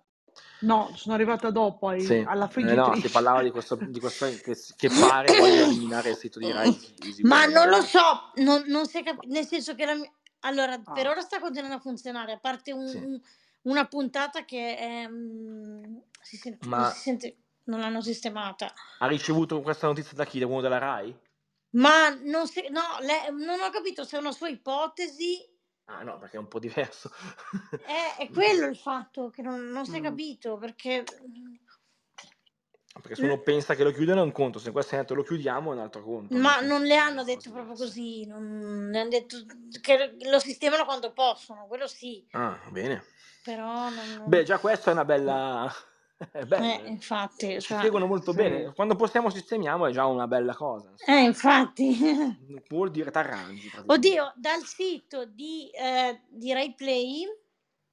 F: no, sono arrivata dopo ai-
B: Sì,
F: alla
B: eh, no, si
F: friggitrice.
B: parlava di questo, di questo che, che pare voglia eliminare il sito di Rai Easy
D: Ma
B: Play,
D: non lo
B: vero?
D: so, non, non si è cap- nel senso che la mi- allora,
E: Ah.
D: per ora sta continuando a funzionare, a parte un-
B: Sì.
D: un- una puntata che è, mm, si sente- non
B: Ma
D: si sente, non l'hanno sistemata.
B: ha ricevuto questa notizia da chi? Da uno della Rai?
D: Ma non, si, no, le- non ho capito se è una sua ipotesi,
B: Ah no, perché è un po' diverso.
D: è, è quello il fatto che non, non si è
B: Mm.
D: capito, perché... mm,
B: Perché se uno pensa che lo chiudono è un conto, se questo è detto lo chiudiamo è un altro conto. nel
D: Ma
B: senso
D: non
B: che
D: le
B: sono
D: hanno
B: due
D: detto
B: cose
D: proprio
B: diverse.
D: così, non, le hanno detto che lo sistemano quando possono, quello sì,
B: Ah, bene.
D: però non... non-
B: Beh, già questa è una bella... è bello.
D: Ah. Eh,
B: eh.
D: infatti,
B: Ci
D: cioè...
B: spiegano molto
F: Sì.
B: bene. Quando possiamo sistemiamo è già una bella cosa.
D: Eh,
B: insomma.
D: infatti.
B: Non Vuol dire t'arrangi praticamente.
D: Oddio, dal sito di, eh, di Rai Play,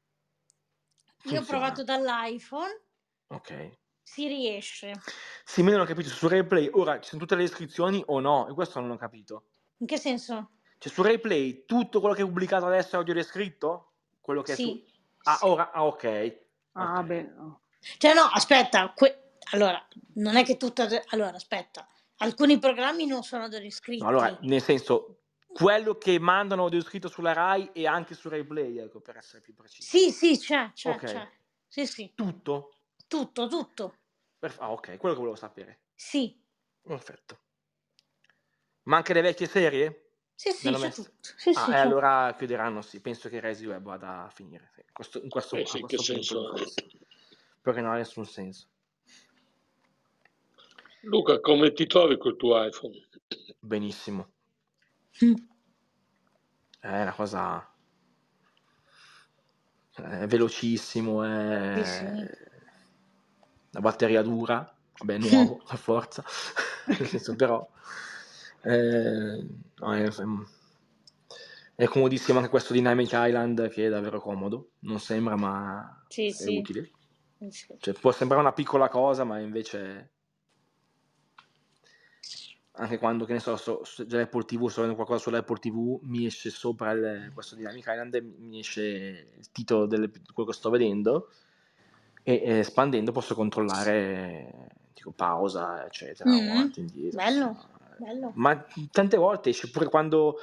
D: io ho
B: Funziona.
D: provato dall'iPhone,
B: Ok.
D: si riesce.
B: Sì, me non ho capito su replay. Ora ci sono tutte le iscrizioni o no? E questo non ho capito.
D: In che senso?
B: Cioè su replay tutto quello che è pubblicato adesso è audio descritto? Quello che è su...
D: Sì.
B: Ah,
D: sì.
B: ora... Ah, ok.
F: Ah,
B: Ok.
F: beh, no.
D: Cioè, no, aspetta, que- allora, non è che tutto... Allora, aspetta, alcuni programmi non sono degli
B: No, allora,
D: iscritti.
B: nel senso, quello che mandano audio descritto sulla RAI e anche su replay, ecco, per essere più precisi.
D: Sì, sì, c'è, c'è,
B: Ok.
D: c'è. Sì, sì,
B: Tutto?
D: tutto, tutto.
B: Perf- ah, ok, quello che volevo sapere.
D: Sì,
B: Perfetto. Ma anche le vecchie serie?
D: sì, sì,
B: L'hanno
D: c'è
B: messo?
D: tutto. Sì,
B: Ah,
D: sì,
B: e
D: c'è.
B: allora chiuderanno, sì. Penso che Resi Web vada a finire sì. Questo- in questo,
C: Eh
B: a
C: sì, in che
B: questo punto di
C: senso?
B: corso. Perché non ha nessun senso.
C: Luca, come ti trovi col tuo iPhone?
B: Benissimo.
D: Mm.
B: È una cosa... eh, È velocissimo,
D: Sì, sì.
B: è... La batteria dura. Vabbè, è nuovo, a forza. Nel senso, però... eh, no, è, è comodissimo anche questo Dynamic Island che è davvero comodo. Non sembra, ma
D: Sì,
B: è
D: sì. Mm,
B: utile.
D: Sì.
B: Cioè, può sembrare una piccola cosa, ma invece anche quando, che ne so, so, so già l'Apple TV, sto vedendo qualcosa sull'Apple TV, mi esce sopra il- questo Dynamic Island, e mi esce il titolo del- di quello che sto vedendo e, eh, espandendo posso controllare, tipo, pausa, eccetera,
D: Mm.
B: avanti, indietro.
D: Bello,
B: insomma.
D: bello.
B: Ma tante volte esce pure quando...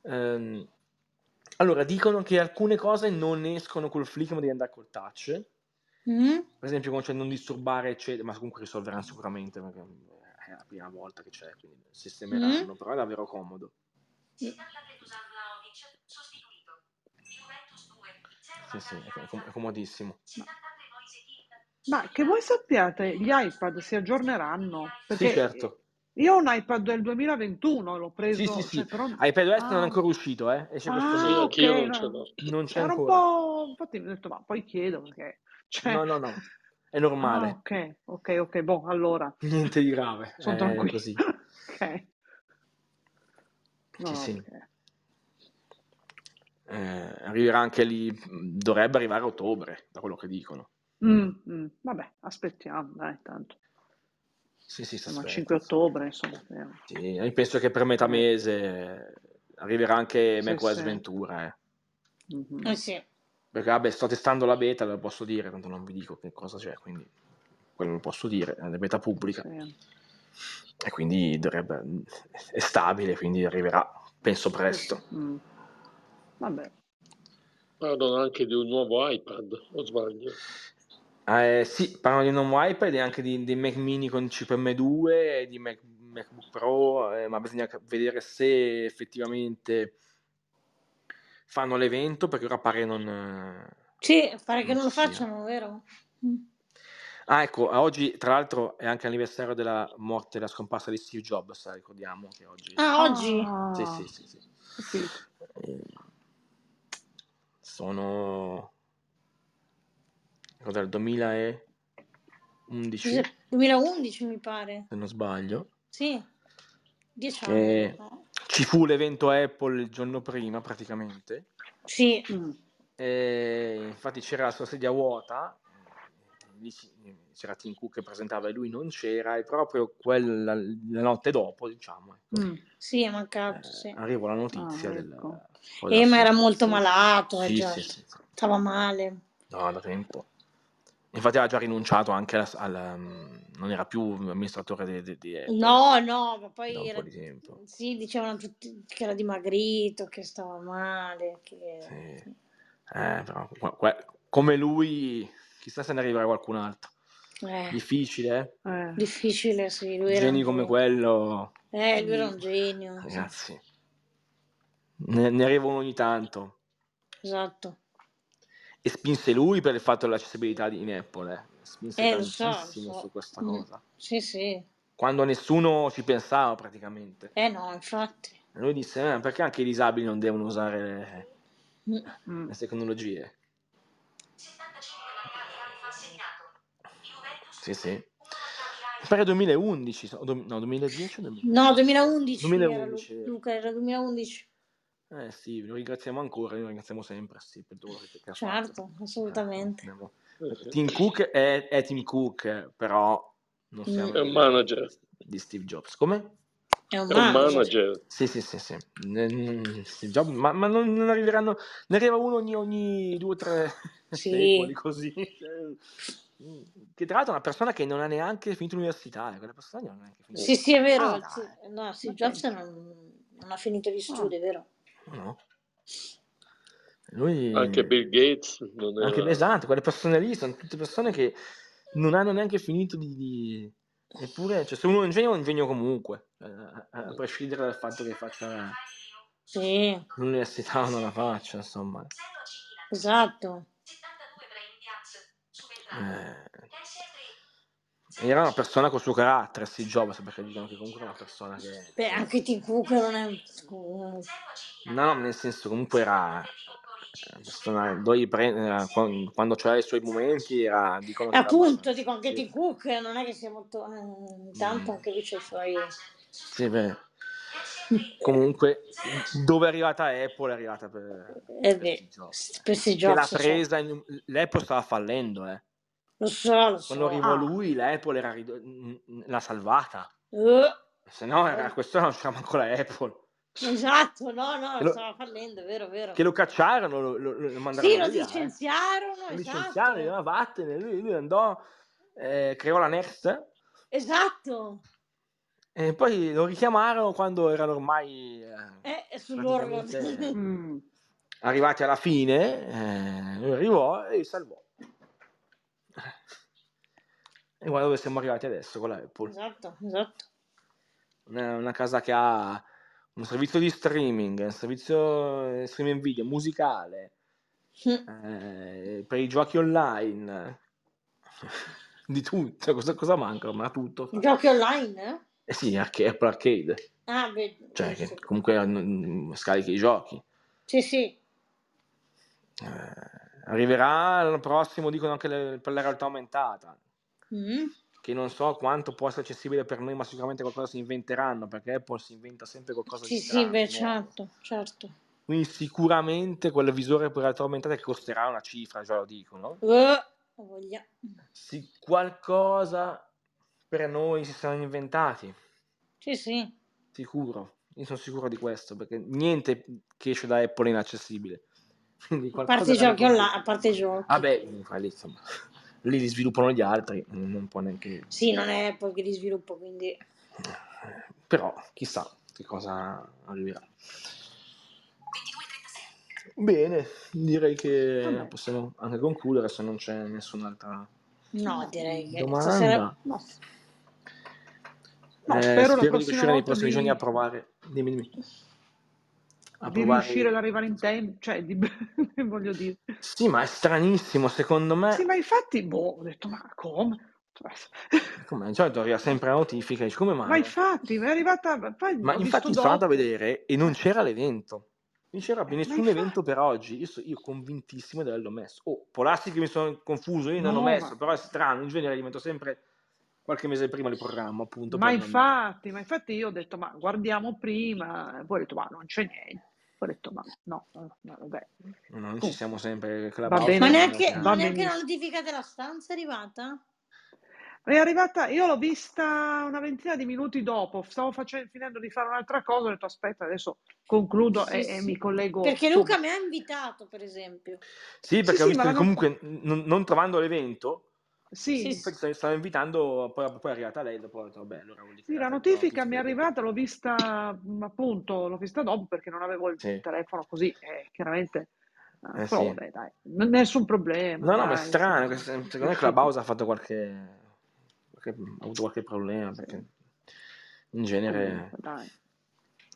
B: ehm, allora, dicono che alcune cose non escono col flick, ma devi andare col touch.
D: Mm.
B: per esempio come c'è non disturbare eccetera ma comunque risolveranno sicuramente perché eh, è la prima volta che c'è quindi
F: Mm.
B: sistemeranno però è davvero comodo sì sì è, com- è com- è comodissimo
F: Ma che voi sappiate, gli iPad si aggiorneranno,
B: sì
F: perché eh,
B: certo
F: io ho un iPad del 2021, l'ho
B: sì sì
F: preso, cioè
B: sì
F: però...
B: iPadOS non è
F: Ah,
B: ancora uscito eh? esce questo
C: Sì,
F: ah,
B: mese
F: ok,
C: anch'io non ce
F: no,
C: l'ho.
B: non c'è
F: ero un
B: ancora
F: po'... infatti mi ho detto, ma poi chiedo perché... Cioè...
B: no no no è
F: Ah,
B: normale
F: ok, ok, ok, boh, allora,
B: niente di grave
F: sono
B: è
F: tranquilla.
B: Eh, così
F: Ok,
B: sì
F: no,
B: sì
F: ok.
B: Eh, arriverà anche lì dovrebbe arrivare a ottobre da quello che dicono
F: Mm, mm, Vabbè, aspettiamo, dai, tanto.
B: sì sì si
F: Siamo a
B: aspetta
F: 5
B: insomma
F: ottobre, insomma. speriamo.
B: Sì, io penso che per metà
F: Eh,
B: mese arriverà anche
F: sì,
B: macOS
F: sì.
B: Ventura. eh.
F: mhm.
D: Eh sì.
B: Perché vabbè, sto testando la beta, lo posso dire, tanto non vi dico che cosa c'è, quindi quello lo posso dire, è una beta pubblica.
F: Sì.
B: E quindi dovrebbe, è stabile, quindi arriverà penso presto.
F: Mm. Vabbè.
C: Parlano anche di un nuovo iPad, o sbaglio?
B: Eh, sì, parlano di un nuovo iPad e anche di, di Mac mini con chip M2 e di Mac- MacBook Pro, eh, ma bisogna cap- vedere se effettivamente fanno l'evento perché ora pare non... eh,
D: Sì, pare che non lo
B: Sì.
D: facciano, vero?
B: Ah, ecco, a oggi tra l'altro è anche l'anniversario della morte e la scomparsa di Steve Jobs, eh, ricordiamo che oggi...
D: Ah, oggi?
B: Sì, sì, sì, sì.
F: Sì.
B: Eh, sono... Cos'era il 2011,
D: Giuseppe, 2011 mi pare.
B: se non sbaglio?
D: Sì. Dieci
B: Che-
D: anni.
B: Ci fu l'evento Apple il giorno prima praticamente.
D: Sì.
F: Mm.
B: E infatti c'era la sua sedia vuota, lì si- c'era Tim Cook che presentava e lui non c'era, e proprio quella la notte dopo, diciamo, ecco,
F: Mm.
D: Sì, è
B: eh,
D: mancato, certo, sì.
B: arriva la notizia
F: Ah,
B: del...
F: ecco.
B: poi
D: Eh,
B: della
D: ma era
B: sua-
D: molto malato, eh,
B: Sì,
D: già.
B: sì, sì, sì.
D: Stava male.
B: No, da tempo. Infatti aveva già rinunciato anche alla- alla- non era più amministratore di, di- di Apple
D: No, no, ma
B: Eh, da
D: poi
B: un po'
D: era...
B: di tempo.
D: Sì, dicevano tutti che era dimagrito, che stava male, che...
B: Sì. Eh, però, qua- qua- come lui, chissà se ne arriverà qualcun altro.
D: Eh,
B: Difficile, eh?
F: Eh.
D: difficile, sì, lui era un
B: Geni come
D: genio.
B: quello,
D: Eh, lui era un genio, sì,
B: ragazzi, ne, ne arriva uno ogni tanto.
D: esatto.
B: E spinse lui per il fatto dell'accessibilità di, in Apple, eh. spinse
D: Eh, lo so, lo
B: tantissimo
D: so.
B: su questa
D: Mm.
B: cosa.
D: Sì, sì.
B: Quando nessuno ci pensava praticamente.
D: Eh no, infatti.
B: Lui disse, "Eh, perché anche i disabili non devono usare le,
D: Mm.
F: Mm.
B: le tecnologie?
G: 75 locali hanno assegnato. Juventus
B: Sì, sì.
G: 1 locali ha
B: Pare 2011, so- dom- no, 2010 o 2011?
D: No, 2011 era Lu-
B: 2011.
D: Luca, era 2011.
B: Eh sì, lo ringraziamo ancora, lo ringraziamo sempre sì, per tutto quello che ha fatto.
D: Certo, assolutamente.
B: Eh, abbiamo-
C: Eh sì.
B: Tim Cook è, è Tim Cook, eh, però non
D: Mm.
B: siamo
C: È un
B: di,
C: manager,
B: di Steve Jobs. Come?
D: È un cioè.
C: è
F: Ah.
C: un
D: manager.
C: manager.
B: Sì, sì, sì, sì. Ne- ne- Steve Jobs, ma, ma non, non arriveranno... Ne arriva uno ogni, ogni due o tre secoli,
D: Sì,
B: così. Cioè, Che tra l'altro è una persona che non ha neanche finito l'università, eh, quella persona non ha neanche finito
D: sì, sì, è vero.
B: l'università.
D: sì. No,
F: Ma
D: Steve Jobs
F: pensa.
D: non, non ha finito gli
F: Ah.
D: studi, è vero?
B: eh. No? Lui...
C: Anche Bill eh. Gates non
B: anche
C: era...
B: pesante, quelle persone lì sono tutte persone che non hanno neanche finito di... di- Eppure, cioè, se uno è un genio, è un genio comunque, eh, a, a prescindere dal fatto che faccia
D: Sì,
B: l'università o non la faccia, insomma.
D: esatto.
B: Eh, era una persona col suo carattere, si Jobs, perché diciamo che comunque è una persona che...
D: Beh, anche Tim Cook non è... un-
B: No, no, nel senso, comunque era... eh, una persona- lui pre- eh, quan- quando c'era i suoi momenti era, dicono che era
D: Eh, Appunto, dico
B: abbastanza...
D: anche Tim
B: Sì,
D: Cook, non è che sia molto... eh, Tanto
B: Mm.
D: anche lui c'è i suoi...
B: Sì, beh.
D: eh,
B: Comunque, dove è arrivata Apple è arrivata per,
D: Eh
B: per
D: beh,
B: Steve Jobs. eh.
D: per Steve
B: Che l'ha
D: Jobs, so.
B: presa, in- l'Apple stava fallendo. eh.
D: lo so, lo
B: Quando
D: so.
B: arrivò
F: Ah.
B: lui, l'Apple era rido- n- n- l'ha salvata.
D: Eh,
B: Se no, era questo non c'era manco la Apple.
D: esatto, no, no,
B: Che
D: lo
B: lo,
D: stava fallendo, è vero, è vero.
B: che lo cacciaron, lo, lo- lo
D: Sì,
B: mandarono
D: lo
B: via. eh.
D: licenziarono,
B: Lo licenziarono, gli
D: esatto.
B: dicevano, vattene. Lui, lui andò, eh, creò la Next. eh,
D: Esatto.
B: E poi lo richiamarono quando erano ormai eh,
D: Eh, È sull'orlo.
B: praticamente eh,
F: Mm.
B: arrivati alla fine, eh, lui arrivò e li salvò. E guarda dove siamo arrivati adesso con la Apple.
D: esatto, esatto.
B: Una, una casa che ha un servizio di streaming, un servizio eh, streaming video, musicale,
D: Mm.
B: eh, per i giochi online, di tutto. Cosa, cosa manca? Ma tutto fa.
D: Giochi online? eh?
B: Eh sì, anche Apple Arcade,
D: Ah, beh,
B: cioè che
D: giusto.
B: comunque mm, scarichi i giochi.
D: Sì, sì.
B: Eh, arriverà l'anno prossimo, dicono anche le- per la realtà aumentata,
D: Mm.
B: che non so quanto può essere accessibile per noi, ma sicuramente qualcosa si inventeranno, perché Apple si inventa sempre qualcosa di
D: Sì, sì,
B: strano.
D: beh,
B: di nuovo.
D: certo, certo.
B: Quindi sicuramente quel visore per realtà aumentata che costerà una cifra, già lo dicono.
D: Eh, ho voglia.
B: Si, qualcosa per noi si saranno inventati,
D: Sì, sì.
B: sicuro. Io sono sicuro di questo, perché niente che esce da Apple è inaccessibile. Quindi
D: A parte
B: qualcosa
D: i
B: l'hanno Ah,
D: giochi online, a
B: combinato.
D: parte i giochi.
B: Vabbè, mm, quelli, insomma, lì li sviluppano gli altri, mm, non può neanche... mm,
D: Sì, non è poi che li sviluppo, quindi...
B: Però, chissà. che cosa arriverà.
G: 22.36.
B: Bene, direi che
D: Vabbè.
B: possiamo anche concludere se non c'è nessun'altra
D: No, direi che
B: domanda.
D: stasera... No.
F: No,
B: Eh,
F: spero la
B: spero di
F: prossima
B: riuscire nei
F: volta
B: prossimi
F: di,
B: giorni a provare. Dimmi, dimmi. A
F: di
B: provare.
F: riuscire ad arrivare in tempo, cioè, di- voglio dire.
B: Sì, ma è stranissimo, secondo
F: Sì,
B: me.
F: ma infatti, boh, ho detto, ma come?
B: Come di solito arriva sempre la notifica, dici come
F: Ma
B: mai?
F: infatti, mi è arrivata, poi
B: Ma
F: ho visto
B: infatti sono andato a
F: dopo.
B: vedere e non c'era l'evento. Non c'era
F: Eh, ma
B: nessun
F: infatti,
B: evento per oggi. Io, so- io convintissimo di averlo messo. Oh, Polassi che mi sono confuso, io non ho
F: no, ma,
B: messo, però è strano. In genere divento sempre qualche mese prima il programma, appunto,
F: ma
B: per non...
F: infatti, ma infatti io ho detto, ma guardiamo prima, poi ho detto, ma non c'è niente. Poi ho detto, ma no, no, no, vabbè.
B: Non ci
F: Comunque,
B: siamo sempre
F: va
B: Clubhouse
D: Ma
B: che
F: bene,
B: non è
D: neanche, ma
F: va
B: chiaro.
D: neanche la
F: benissimo.
D: notifica della stanza è arrivata?
F: È arrivata, io l'ho vista una ventina di minuti dopo, stavo facendo, finendo di fare un'altra cosa, ho detto aspetta, adesso concludo
D: Sì,
F: e, e mi
D: sì.
F: collego
D: Perché Luca mi
F: subito.
D: ha invitato, per esempio.
B: Sì,
F: Sì,
B: perché ho
F: sì,
B: visto
F: ma
B: che
F: la not-
B: comunque non, non trovando l'evento,
D: Sì,
F: sì,
D: sì.
B: infatti sta- stavo invitando, poi, poi è arrivata lei, dopo ho detto, vabbè, allora vuol dire che
F: sì,
B: era te-
F: la
B: la
F: notifica mi è
B: notifica dopo.
F: arrivata, l'ho vista mh, appunto, l'ho vista dopo perché non avevo il
B: Sì,
F: telefono così, eh, chiaramente, eh,
B: eh
F: però
B: sì.
F: vabbè, dai, n- nessun problema,
B: No, no, ma è
F: dai,
B: strano, che
F: siamo
B: se- secondo me
F: riusciti.
B: Clubhouse ha fatto qualche, qualche- ha avuto qualche problema,
F: Sì,
B: perché in genere
F: comunque, dai.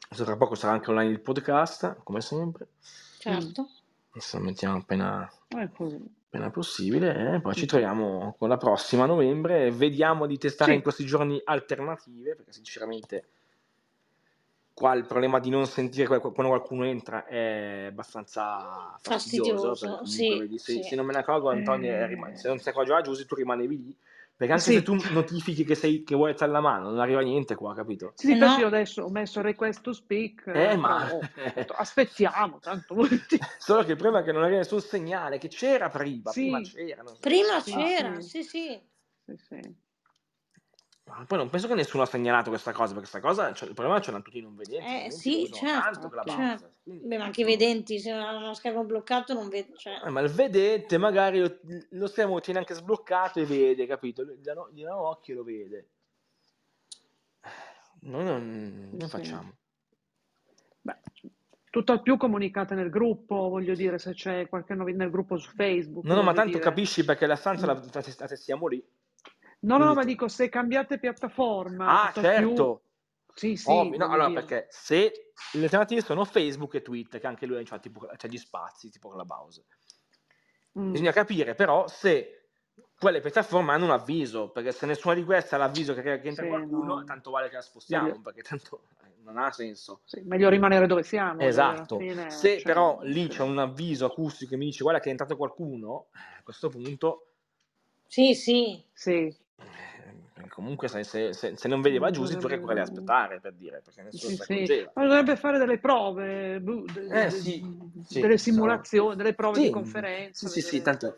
B: adesso tra poco sarà anche online il podcast, come sempre,
F: Mm,
D: Certo.
B: adesso lo mettiamo appena,
F: è così.
B: appena possibile, e poi
F: Mm.
B: ci troviamo con la prossima a novembre, vediamo di testare in
F: Sì,
B: questi giorni alternative, perché sinceramente qua il problema di non sentire qual- quando qualcuno entra è abbastanza fastidioso perché
D: Fastidioso,
B: comunque
D: sì,
B: vedi se,
D: sì.
B: se non me ne accorgo Antonio è rima- se
F: eh,
B: non si accorgeva Giusy tu rimanevi lì perché anche se
F: sì.
B: tu notifichi che, sei, che vuoi alzare la mano non arriva niente qua capito
F: Sì, sì, infatti io
D: No,
F: adesso ho messo request to speak,
B: eh
F: eh, però
B: ma
F: oh, ho detto, aspettiamo, tanto vuol dire.
B: solo che il problema è che non arriva nessun segnale che c'era prima prima
F: Sì,
B: c'era non so,
D: prima
F: sì,
B: ah.
D: c'era, sì,
F: sì,
D: sì.
F: sì, sì.
B: Ma poi non penso che nessuno ha segnalato questa cosa perché questa cosa cioè, il problema ce l'hanno tutti i non vedenti i non
D: Eh,
B: vedenti lo
D: sì,
B: usano tanto
D: certo,
B: che la
F: Infatti.
D: certo.
B: pausa quindi
D: Beh, ma anche i
B: non-
D: vedenti, se non hanno uno schermo bloccato non vedo, cioè.
B: Eh, ma il vedente magari lo, lo schermo lo tiene anche sbloccato e vede, capito? Gli danno, gli danno occhio e lo vede. Noi non,
F: Sì,
B: non
F: sì.
B: facciamo.
F: Beh, tutt'al più comunicate nel gruppo, voglio dire, se c'è qualche novità nel gruppo su Facebook,
B: No, no, ma
F: voglio
B: tanto
F: dire.
B: capisci perché la stanza
F: Mm.
B: la, la test- la testiamo lì.
F: No, no,
B: Quindi
F: ma
B: tu-
F: dico, se cambiate piattaforma,
B: Ah,
F: tutt'al più...
B: certo!
F: Sì, sì,
B: Ovvio, no,
F: voglio
B: allora
F: dire.
B: perché se le alternative sono Facebook e Twitter, che anche lui ha cioè, tipo, c'ha gli spazi, tipo Clubhouse.
F: Mm.
B: Bisogna capire però se quelle piattaforme hanno un avviso, perché se nessuna di queste ha l'avviso che, che entra
F: Sì,
B: qualcuno,
F: no.
B: tanto vale che la spostiamo,
F: Meglio,
B: perché tanto eh, non ha senso.
F: sì, meglio rimanere dove siamo, voglio dire, alla
B: Esatto,
F: fine,
B: se
F: cioè,
B: però lì c'è
F: sì.
B: un avviso acustico che mi dice guarda che è entrato qualcuno, eh, a questo punto
D: Sì, sì.
F: Sì,
B: eh, comunque sai, se, se- se non vedeva Giusy tu
F: bisognerebbe...
B: correvi ad aspettare per dire, perché nessuno
F: Sì,
B: si
F: sì,
B: accorgeva.
F: ma dovrebbe fare delle prove, boh, de- de-
B: Eh
F: de-
B: sì, sì, sarà-
F: delle simulazioni, delle prove di
B: Sì, sì,
F: conferenza,
B: sì, sì,
F: vedere.
B: tanto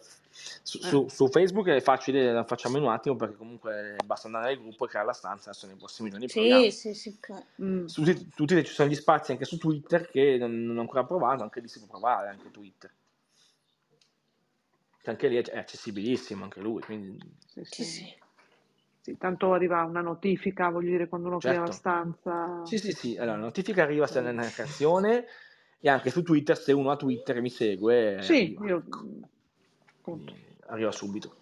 B: su,
F: Eh,
B: su- su Facebook è facile, la facciamo in un attimo perché comunque basta andare nel gruppo e creare la stanza, adesso nei prossimi giorni
D: Sì,
B: proviamo.
D: sì, sì. co-
F: mm,
B: Su Twitter su Twitter ci sono gli spazi anche su Twitter che non, non ho ancora provato, anche lì si può provare, anche Twitter. Che anche lì è, è accessibilissimo, anche lui, quindi
F: sì,
D: Sì,
F: sì.
D: sì.
F: Sì, tanto arriva una notifica, voglio dire, quando uno crea
B: certo.
F: la stanza.
B: Sì, sì, sì, allora la notifica arriva se è
F: Mm.
B: una creazione e anche su Twitter se uno ha Twitter e mi segue eh,
F: Sì,
B: arriva,
F: io...
B: ecco.
F: mm, Appunto,
B: Quindi arriva subito.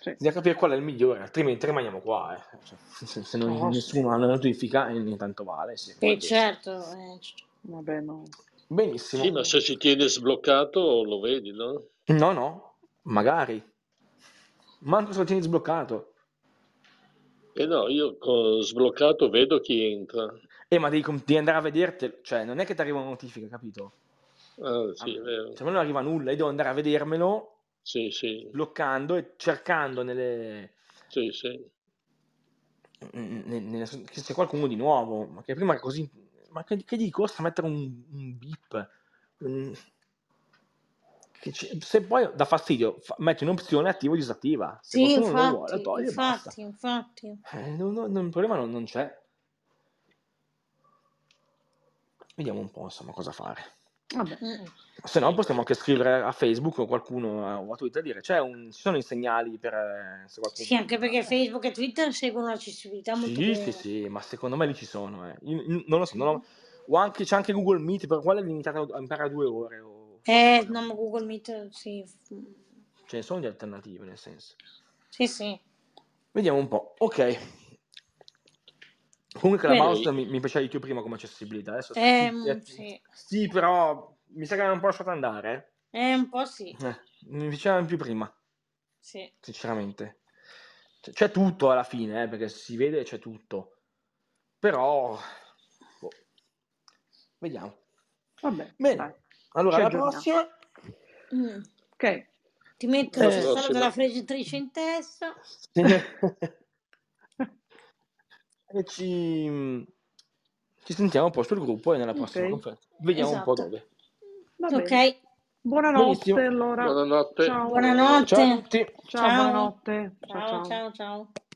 F: sì.
B: Bisogna capire qual è il migliore, altrimenti rimaniamo qua. eh. Cioè, se, se non-
F: Oh, sì.
B: nessuno ha una notifica, eh, intanto vale, si rimane
D: Beh,
B: dove si è.
D: certo. eh, c-
F: Vabbè, no.
C: Sì,
B: Benissimo.
C: ma se si tiene sbloccato lo vedi, no?
B: No, no, magari. Manco se lo tieni sbloccato.
C: E Eh, no, io con sbloccato vedo chi entra.
B: Eh, ma devi, com- devi andare a vedertelo. Cioè, non è che ti arriva una notifica, capito?
C: Ah,
B: A
C: sì, è
B: me,
C: vero.
B: cioè, a me non arriva nulla, io devo andare a vedermelo
C: Sì, sì,
B: bloccando e cercando nelle,
C: sì, sì.
B: ne- ne- nelle- che c'è qualcuno di nuovo. Ma che prima così. Ma che, che gli costa mettere un, un beep? Un- che ci- se poi dà fastidio, fa- metti un'opzione attiva o disattiva. Se
D: Sì,
B: qualcuno non lo vuole, lo
D: infatti,
B: toglie e basta.
D: infatti, infatti.
B: Eh, non- non- non- il problema non, non c'è. Vediamo un po' insomma cosa fare.
F: Vabbè.
D: Mm.
B: Se no, possiamo anche scrivere a Facebook o qualcuno eh, o a Twitter dire: c'è un, ci sono i segnali per. eh, se qualcuno- Eh.
D: Sì, anche perché Facebook e Twitter seguono l'accessibilità molto
B: Sì,
D: bene.
B: sì, sì, ma secondo me lì ci sono. eh. Io- io non lo so, non ho- o anche, c'è anche Google Meet, per quale è limitato a imparare a due ore. O...
D: Eh, no, ma Google Meet, sì.
B: Ce ne Cioè, sono di alternative, nel senso.
D: Sì, sì.
B: Vediamo un po'. Ok. Comunque la
D: Bene.
B: mouse mi, mi piaceva di più prima come accessibilità. Adesso
D: Ehm,
B: sì,
D: sì.
B: sì, però mi sa che l'hanno un po' lasciata andare.
D: Eh, un po' sì.
B: eh. Eh, mi piaceva di più prima,
D: sì.
B: sinceramente. Cioè, c'è tutto alla fine, eh, perché si vede c'è tutto. Però... boh. Vediamo.
F: Vabbè,
B: Bene.
F: dai.
B: Allora,
F: Ci
B: la
F: aggiorniamo.
B: prossima...
D: Mm.
F: Ok.
D: Ti metto
B: Eh,
D: il pisello
C: prossima.
D: della friggitrice in testa.
B: E Eh, ci... ci sentiamo poi sul gruppo e nella prossima
F: Ok.
B: conferenza. Vediamo un po'
D: Esatto.
B: dove.
F: Va bene.
D: Ok,
F: Buonanotte
B: Benissimo.
F: allora.
C: Buonanotte.
F: Ciao.
D: buonanotte.
B: Ciao a tutti.
F: Ciao, buonanotte. ciao.
D: ciao, ciao. ciao.